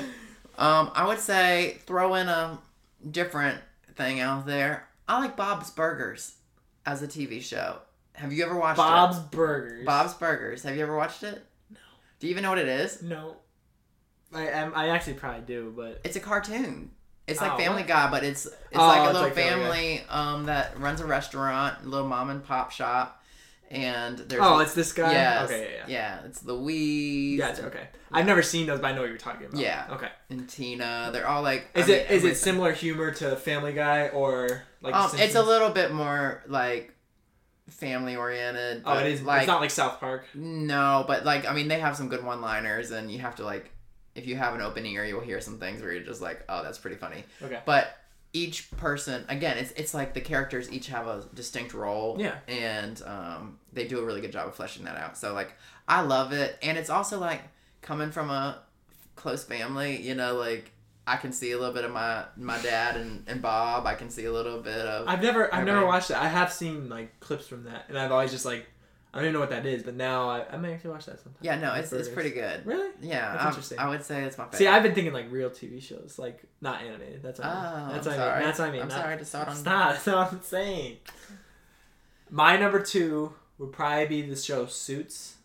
S2: Um, I would say throw in a different thing out there. I like Bob's Burgers as a TV show. Have you ever watched
S1: Bob's
S2: it?
S1: Burgers.
S2: Bob's Burgers. Have you ever watched it? No. Do you even know what it is?
S1: No, I am. I actually probably do, but
S2: It's a cartoon. It's like
S1: Oh,
S2: Family
S1: what?
S2: Guy, but it's it's
S1: Oh,
S2: like a
S1: it's
S2: little
S1: like Family Guy.
S2: family um that runs a restaurant, little mom and pop shop, and there's
S1: oh, it's this guy.
S2: yes,
S1: Okay. Yeah. yeah.
S2: it's Louise
S1: Gotcha. Okay. I've never seen those, but I know what you're talking about.
S2: Yeah.
S1: Okay.
S2: and Tina. They're all like
S1: Is
S2: I
S1: it
S2: mean,
S1: is it
S2: everything.
S1: similar humor to Family Guy or like? The
S2: um, it's a
S1: Simpsons?
S2: little bit more like family oriented.
S1: Oh, it is.
S2: Like
S1: it's not like South Park.
S2: no, but like I mean, they have some good one liners, and you have to like if you have an open ear, you'll hear some things where you're just like, oh, that's pretty funny.
S1: Okay.
S2: But each person, again, it's it's like the characters each have a distinct role.
S1: Yeah.
S2: And um, they do a really good job of fleshing that out. So like, I love it, and it's also like coming from a close family, you know, like. I can see a little bit of my my dad and, and Bob. I can see a little bit of
S1: I've never I've
S2: I
S1: never
S2: mean-
S1: watched it. I have seen like clips from that, and I've always just like I don't even know what that is, but now I, I might actually watch that sometime.
S2: yeah. No, it's
S1: Whatever
S2: it's
S1: it is.
S2: pretty good.
S1: Really?
S2: Yeah,
S1: That's
S2: I'm-
S1: interesting.
S2: I would say it's my favorite.
S1: See, I've been thinking like real TV shows, like not animated. That's what I mean.
S2: Oh,
S1: That's
S2: I'm
S1: what I
S2: sorry.
S1: mean. That's what I mean.
S2: I'm
S1: not-
S2: sorry to start on-
S1: Stop. That's what I'm saying. My number two would probably be the show Suits.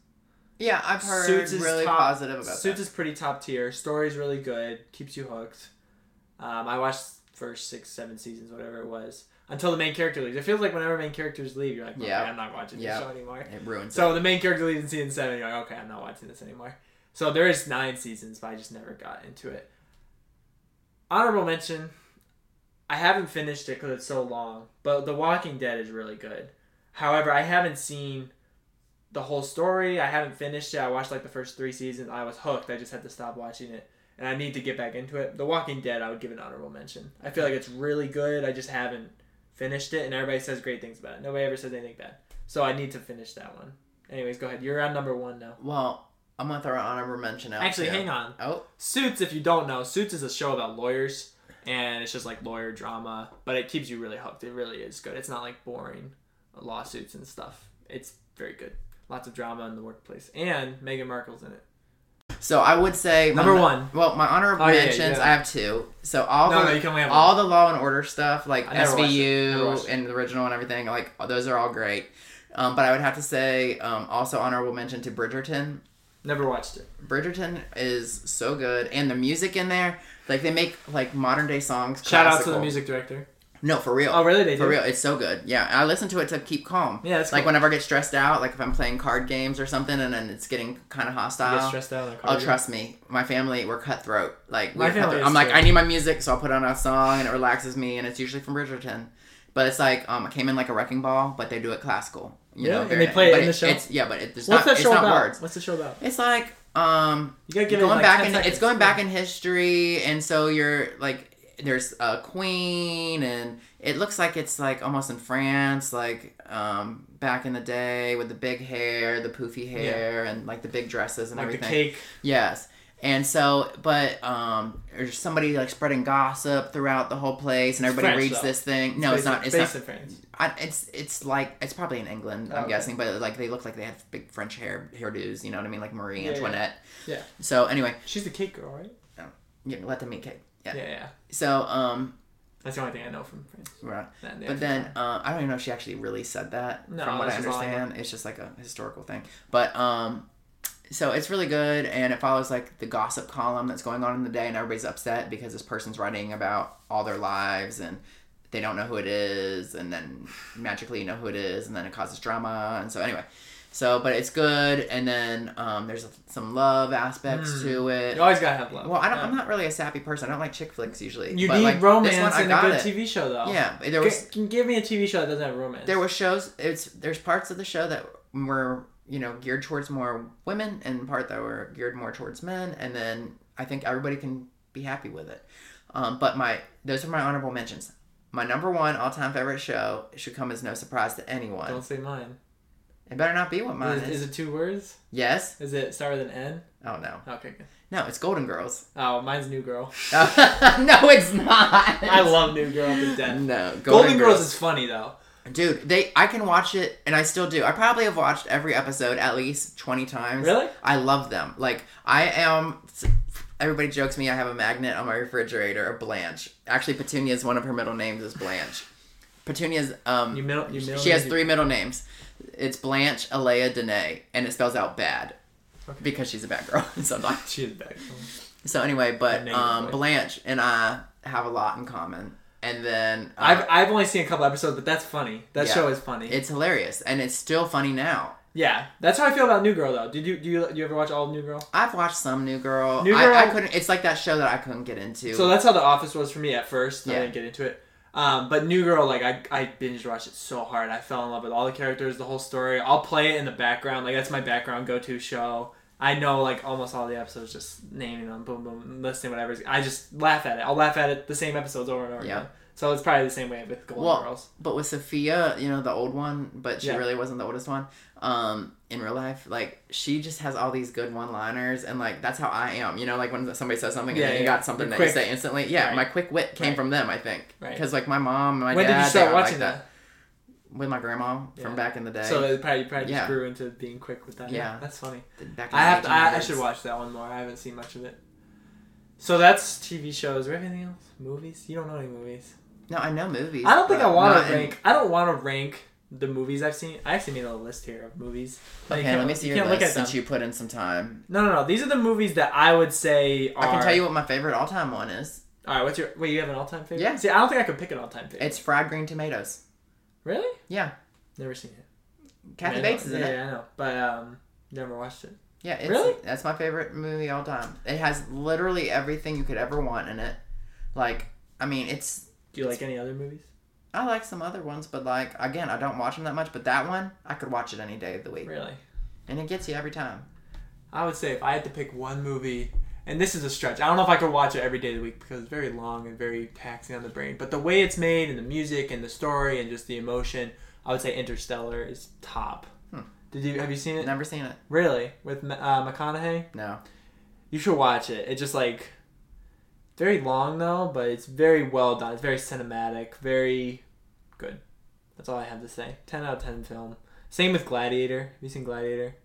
S2: yeah, I've heard
S1: Suits is
S2: really
S1: top-
S2: positive about
S1: Suits
S2: that.
S1: is pretty top tier. Story's really good. Keeps you hooked. Um, I watched first six, seven seasons, whatever it was, until the main character leaves. It feels like whenever main characters leave, you're like, okay,
S2: Yeah.
S1: I'm not watching
S2: Yeah.
S1: this show anymore.
S2: it ruins it.
S1: So the main character leaves in season seven. You're like, okay, I'm not watching this anymore. So there is nine seasons, but I just never got into it. Honorable mention. I haven't finished it because it's so long, but The Walking Dead is really good. However, I haven't seen the whole story. I haven't finished it. I watched like the first three seasons. I was hooked. I just had to stop watching it, and I need to get back into it. The Walking Dead, I would give an honorable mention. I feel like it's really good. I just haven't finished it, and everybody says great things about it. Nobody ever says anything bad. So I need to finish that one. Anyways, go ahead. You're on number one now.
S2: Well, I'm gonna throw an honorable mention out.
S1: Actually,
S2: too.
S1: hang on.
S2: Oh,
S1: Suits, if you don't know, Suits is a show about lawyers, and it's just like lawyer drama, but it keeps you really hooked. It really is good. It's not like boring uh, lawsuits and stuff. It's very good. Lots of drama in the workplace, and Meghan Markle's in it.
S2: so I would say my
S1: Number
S2: no-
S1: one.
S2: Well, my honorable
S1: Oh, yeah, yeah,
S2: mentions,
S1: yeah.
S2: I have two. So all
S1: No,
S2: the
S1: no, you can only have one.
S2: all the Law and Order stuff, like
S1: I never watched it. Never
S2: SVU
S1: watched it.
S2: and the original and everything, like those are all great. Um, but I would have to say um, also honorable mention to Bridgerton.
S1: Never watched it.
S2: Bridgerton is so good, and the music in there, like they make like modern day songs.
S1: Shout out to the
S2: classical.
S1: music director.
S2: No, for real.
S1: Oh, really? They
S2: For
S1: do?
S2: real, it's so good. Yeah, I listen to it to keep calm.
S1: Yeah, that's
S2: like
S1: cool.
S2: whenever I get stressed out, like if I'm playing card games or something, and then it's getting kind of
S1: I get
S2: hostile.
S1: stressed out. on the car.
S2: Oh, trust me, my family we're cutthroat. Like
S1: My
S2: we're
S1: family
S2: cutthroat.
S1: is
S2: I'm like,
S1: too.
S2: I need my music, so I'll put on a song, and it relaxes me, and it's usually from Bridgerton. But it's like um, it came in like a wrecking ball, but they do it classical. You
S1: Yeah,
S2: know,
S1: and
S2: very-
S1: they play it
S2: but
S1: in the show?
S2: It's, yeah, but it,
S1: What's
S2: it's not,
S1: that
S2: it's
S1: show
S2: not
S1: about?
S2: words.
S1: What's the show about?
S2: It's like um,
S1: You gotta give it
S2: going
S1: like
S2: back
S1: 10
S2: in
S1: seconds.
S2: it's going back
S1: Yeah.
S2: in history and so you're like there's a queen and it looks like it's like almost in france like um back in the day with the big hair the poofy hair and like the big dresses and
S1: like the
S2: everything
S1: cake.
S2: yes and so but um there's somebody like spreading gossip throughout the whole place and
S1: It's
S2: everybody
S1: French,
S2: reads
S1: though.
S2: this thing no it's
S1: Based-
S2: not it's
S1: based
S2: not
S1: in France.
S2: I, it's it's like it's probably in England,
S1: Oh,
S2: I'm
S1: okay.
S2: guessing, but like they look like they have big French hair hairdos, you know what I mean, like Marie
S1: Yeah, yeah.
S2: Antoinette.
S1: Yeah.
S2: So anyway,
S1: She's the cake girl, right?
S2: you know, let them eat cake. Yeah.
S1: Yeah, yeah.
S2: So um,
S1: That's the only thing I know from France.
S2: right.
S1: That-
S2: But then uh, I don't even know if she actually really said that.
S1: No,
S2: from what I
S1: that's just all I know.
S2: understand, it's just like a historical thing. But um, so it's really good, and it follows like the gossip column that's going on in the day, and everybody's upset because this person's writing about all their lives, and they don't know who it is, and then magically you know who it is, and then it causes drama, and so anyway. So, but it's good, and then um, there's some love aspects
S1: Mm.
S2: to it.
S1: you always gotta have love.
S2: Well, I don't,
S1: Yeah.
S2: I'm not really a sappy person. I don't like chick flicks usually.
S1: You
S2: but,
S1: need
S2: like, this one,
S1: romance
S2: I
S1: in a
S2: got
S1: good
S2: it.
S1: TV show, though.
S2: Yeah, there
S1: G-
S2: was
S1: can give me a TV show that doesn't have romance.
S2: there was shows. It's there's parts of the show that were you know geared towards more women and part that were geared more towards men, and then I think everybody can be happy with it. Um, but my those are my honorable mentions. My number one all time favorite show should come as no surprise to anyone.
S1: Don't say mine.
S2: It better not be what mine
S1: Is,
S2: is.
S1: is it two words?
S2: yes?
S1: Is it start with an N?
S2: Oh no,
S1: Okay. good.
S2: no, it's Golden Girls.
S1: Oh, mine's New Girl.
S2: no, it's not.
S1: I love New Girl to death.
S2: No,
S1: Golden, Girls is funny though.
S2: Dude, they I can watch it and I still do. I probably have watched every episode at least 20 times.
S1: Really?
S2: I love them. Like I am everybody jokes me I have a magnet on my refrigerator of Blanche. Actually Petunia's one of her middle names is Blanche. Petunia's um
S1: You middle, you middle
S2: she has
S1: you-
S2: three middle names. It's Blanche, Alea, Danae, and it spells out bad.
S1: Okay.
S2: Because she's a bad girl sometimes.
S1: She is back.
S2: So anyway, but
S1: Negative
S2: um,
S1: way.
S2: Blanche and I have a lot in common. And then uh,
S1: I've I've only seen a couple episodes, but that's funny. That
S2: Yeah.
S1: show is funny.
S2: it's hilarious and it's still funny now.
S1: yeah, that's how I feel about New Girl though. Did you do you do you ever watch all of New Girl?
S2: I've watched some New Girl.
S1: New Girl-
S2: I, I couldn't. It's like that show that I couldn't get into.
S1: So that's how The Office was for me at first. and I
S2: Yeah.
S1: didn't get into it. Um, but New Girl, like I, I binge watched it so hard. I fell in love with all the characters, the whole story. I'll play it in the background. Like that's my background go to show. I know like almost all the episodes, just naming them, boom, boom, listing whatever. I just laugh at it. I'll laugh at it the same episodes over and over
S2: Yeah.
S1: again. So it's probably the same way with Golden
S2: Well,
S1: Girls.
S2: But with Sophia, you know, the old one, but she
S1: Yeah.
S2: really wasn't the oldest one. Um, in real life, like she just has all these good one-liners, and like that's how I am. You know, like when somebody says something,
S1: Yeah,
S2: and then you
S1: yeah.
S2: got something
S1: You're
S2: that you
S1: quick.
S2: say instantly. Yeah,
S1: Right.
S2: my quick wit came
S1: Right.
S2: from them, I think,
S1: Right.
S2: because like my mom, and my
S1: When
S2: dad,
S1: did you
S2: they
S1: start
S2: were like
S1: watching that?
S2: with my grandma from
S1: Yeah.
S2: back in the day.
S1: So it probably you probably
S2: Yeah.
S1: just grew into being quick with that.
S2: Yeah.
S1: that's funny.
S2: back in
S1: I
S2: the
S1: have to. I, I
S2: 1800s.
S1: should watch that one more. I haven't seen much of it. So that's TV shows. Do we have anything else? Movies? You don't know any movies.
S2: No, I know movies.
S1: I don't think
S2: but
S1: I want
S2: not
S1: to
S2: in-
S1: rank. I don't want to rank the movies I've seen. I actually made a list here of movies. Like, you
S2: Okay,
S1: can't-
S2: let me see
S1: you
S2: your
S1: can't
S2: list
S1: Look at
S2: since
S1: them.
S2: you put in some time.
S1: No, no, no. These are the movies that I would say are.
S2: I can tell you what my favorite all-time one is.
S1: All right, what's your? Wait, you have an all-time favorite?
S2: Yeah.
S1: See, I don't think I could pick an all-time favorite.
S2: It's fried green tomatoes.
S1: really.
S2: Yeah.
S1: Never seen it.
S2: Kathy
S1: I mean, I
S2: Bates is
S1: know-
S2: in
S1: yeah,
S2: it.
S1: Yeah, I know, but um, never watched it.
S2: Yeah, it's,
S1: Really?
S2: That's my favorite movie all time. It has literally everything you could ever want in it. Like, I mean, it's.
S1: Do you like any other movies?
S2: I like some other ones, but like again, I don't watch them that much. But that one, I could watch it any day of the week,
S1: Really.
S2: and it gets you every time.
S1: I would say if I had to pick one movie, and this is a stretch, I don't know if I could watch it every day of the week because it's very long and very taxing on the brain. But the way it's made and the music and the story and just the emotion, I would say Interstellar is top.
S2: Hmm.
S1: Did you have you seen it?
S2: Never seen it.
S1: Really, with uh, McConaughey,
S2: No.
S1: you should watch it. It just like very long though, but it's very well done. It's very cinematic, very good. That's all I have to say. Ten out of ten film. Same with Gladiator. Have you seen Gladiator?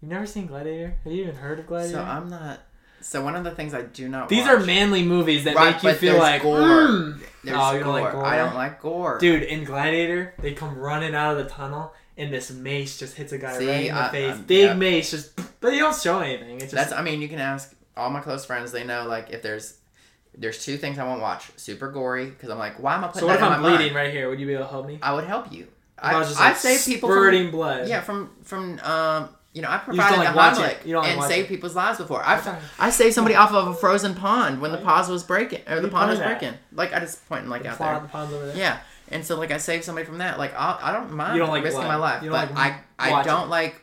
S1: You've never seen Gladiator? Have you even heard of Gladiator?
S2: So I'm not. So one of the things I do not.
S1: Oh, These
S2: watch,
S1: are manly movies that
S2: Right,
S1: make you
S2: but
S1: feel
S2: there's
S1: like,
S2: gore.
S1: "Mm."
S2: There's
S1: Oh, you don't
S2: gore.
S1: like gore?
S2: I don't like gore.
S1: dude. In Gladiator, they come running out of the tunnel, and this mace just hits a guy
S2: See,
S1: right in the
S2: I-
S1: face.
S2: I'm-
S1: Big
S2: yeah.
S1: mace, just but you don't show anything. It's just
S2: That's. I mean, you can ask all my close friends. They know like if there's. There's two things I won't watch. Super gory, because I'm like, why am I putting
S1: So what
S2: that
S1: if
S2: in
S1: I'm
S2: my mind?
S1: bleeding right here? Would you be able to help me?
S2: I would help you.
S1: If
S2: I, I,
S1: was just, like,
S2: save people from
S1: spurting blood.
S2: Yeah, from from um, you know, I
S1: just don't
S2: provided
S1: like
S2: a
S1: watch
S2: Heimlich
S1: it. You don't like
S2: and
S1: watch
S2: saved
S1: it.
S2: people's lives before.
S1: That's all
S2: I
S1: right.
S2: I saved somebody off of a frozen pond when the
S1: Right.
S2: pond was breaking or the
S1: You
S2: pond
S1: pond
S2: was
S1: that.
S2: breaking. Like I just pointing like
S1: The
S2: out
S1: pond-
S2: there.
S1: the pond's over there.
S2: Yeah, and so like I saved somebody from that. Like I I don't mind
S1: You don't like
S2: risking
S1: blood.
S2: my life,
S1: You
S2: but
S1: don't like
S2: I I
S1: watching.
S2: don't like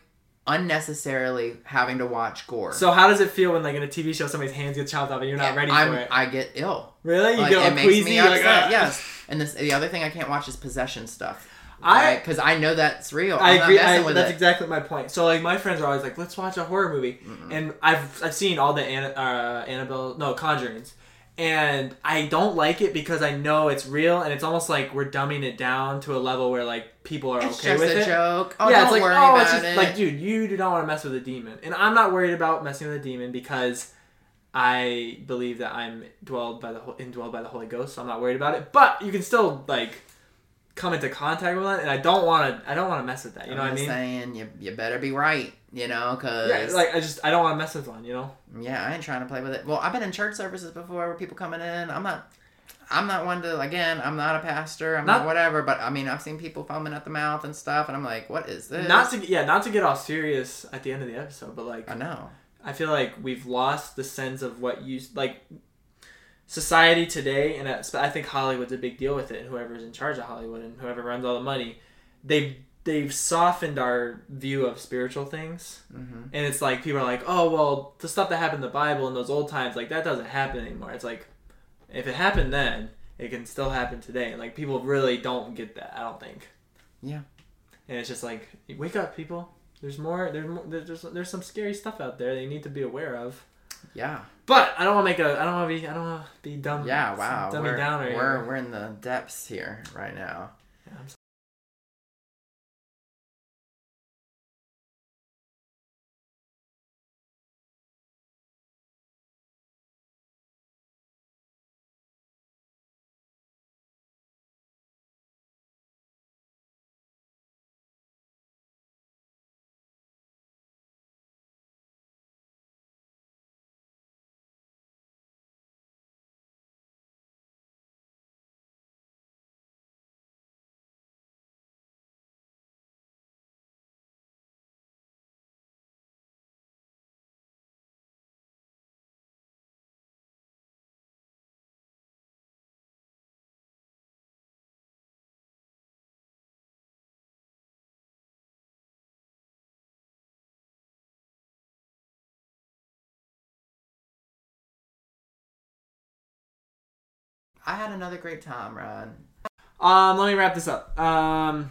S2: unnecessarily having to watch gore.
S1: So how does it feel when like in a TV show somebody's hands get chopped off and you're not ready
S2: I'm,
S1: for it?
S2: I get ill.
S1: really? You
S2: Like,
S1: get all
S2: it makes
S1: queasy,
S2: me
S1: you're like,
S2: upset.
S1: "Ah."
S2: yes. And this, the other thing I can't watch is possession stuff.
S1: I-
S2: because I know that's real.
S1: I
S2: I'm not
S1: agree.
S2: messing
S1: I,
S2: with
S1: that's
S2: it.
S1: exactly my point. So like my friends are always like, let's watch a horror movie, and I've I've seen all the Anna, uh, Annabelle no Conjuring's, and I don't like it because I know it's real and it's almost like we're dumbing it down to a level where like people are
S2: It's
S1: okay
S2: just
S1: with
S2: a
S1: it.
S2: joke. Oh,
S1: yeah,
S2: don't
S1: it's like,
S2: worry
S1: oh,
S2: about
S1: it's just
S2: it.
S1: like, dude, you do not want to mess with a demon, and I'm not worried about messing with a demon because I believe that I'm dwelled by the ho- indwelled by the Holy Ghost, so I'm not worried about it. But you can still like come into contact with it, and I don't want to. I don't want to mess with that. You know
S2: I'm
S1: what I
S2: just
S1: mean?
S2: saying you, you better be right, you know, because
S1: Yeah, like I just I don't want to mess with one. You know?
S2: yeah, I ain't trying to play with it. Well, I've been in church services before where people coming in. I'm not, I'm not one to again. I'm not a pastor. I'm not,
S1: Not-
S2: whatever. But I mean, I've seen people foaming at the mouth and stuff, and I'm like, what is this?
S1: Not to yeah, not to get all serious at the end of the episode, but like
S2: I know.
S1: I feel like we've lost the sense of what you like society today, and that's- I think Hollywood's a big deal with it. And whoever's in charge of Hollywood and whoever runs all the money, they've they've softened our view of spiritual things,
S2: hmm
S1: and it's like people are like, oh well, the stuff that happened in the Bible in those old times, like that doesn't happen anymore. It's like if it happened then, it can still happen today, and like people really don't get that. I don't think.
S2: Yeah.
S1: And it's just like, wake up, people. There's more. There's more, there's there's some scary stuff out there that you need to be aware of.
S2: Yeah.
S1: But I don't want to make a. I don't want to be. I don't want to be dumb.
S2: Yeah. Wow.
S1: Dummy
S2: we're
S1: downer. here.
S2: we're we're in the depths here right now.
S1: Yeah, I'm sorry.
S2: I had another great time, Ryan.
S1: Um, let me wrap this up. Um,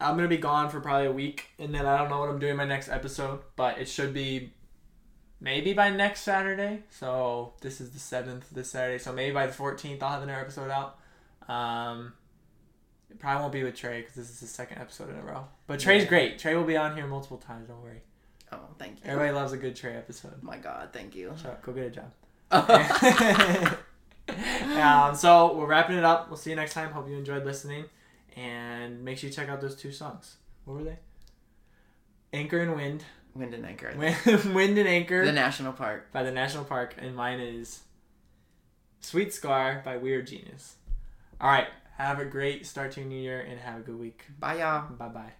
S1: I'm gonna be gone for probably a week, and then I don't know what I'm doing my next episode, but it should be maybe by next Saturday. So this is the seventh this Saturday, so maybe by the 14th I'll have another episode out. Um, it probably won't be with Trey because this is his second episode in a row. But Trey's
S2: Yeah.
S1: great. Trey will be on here multiple times. Don't worry.
S2: Oh, thank you.
S1: Everybody loves a good Trey episode.
S2: Oh my God, thank you.
S1: Shut up. Go get a job. um, so we're wrapping it up. We'll see you next time. Hope you enjoyed listening, and make sure you check out those two songs. What were they? Anchor and Wind,
S2: Wind and Anchor.
S1: Wind, Wind and Anchor
S2: The national park.
S1: by the National Park, and mine is Sweet Scar by Weird Genius. All right, have a great start to your new year, and have a good week.
S2: Bye, y'all.
S1: Bye bye.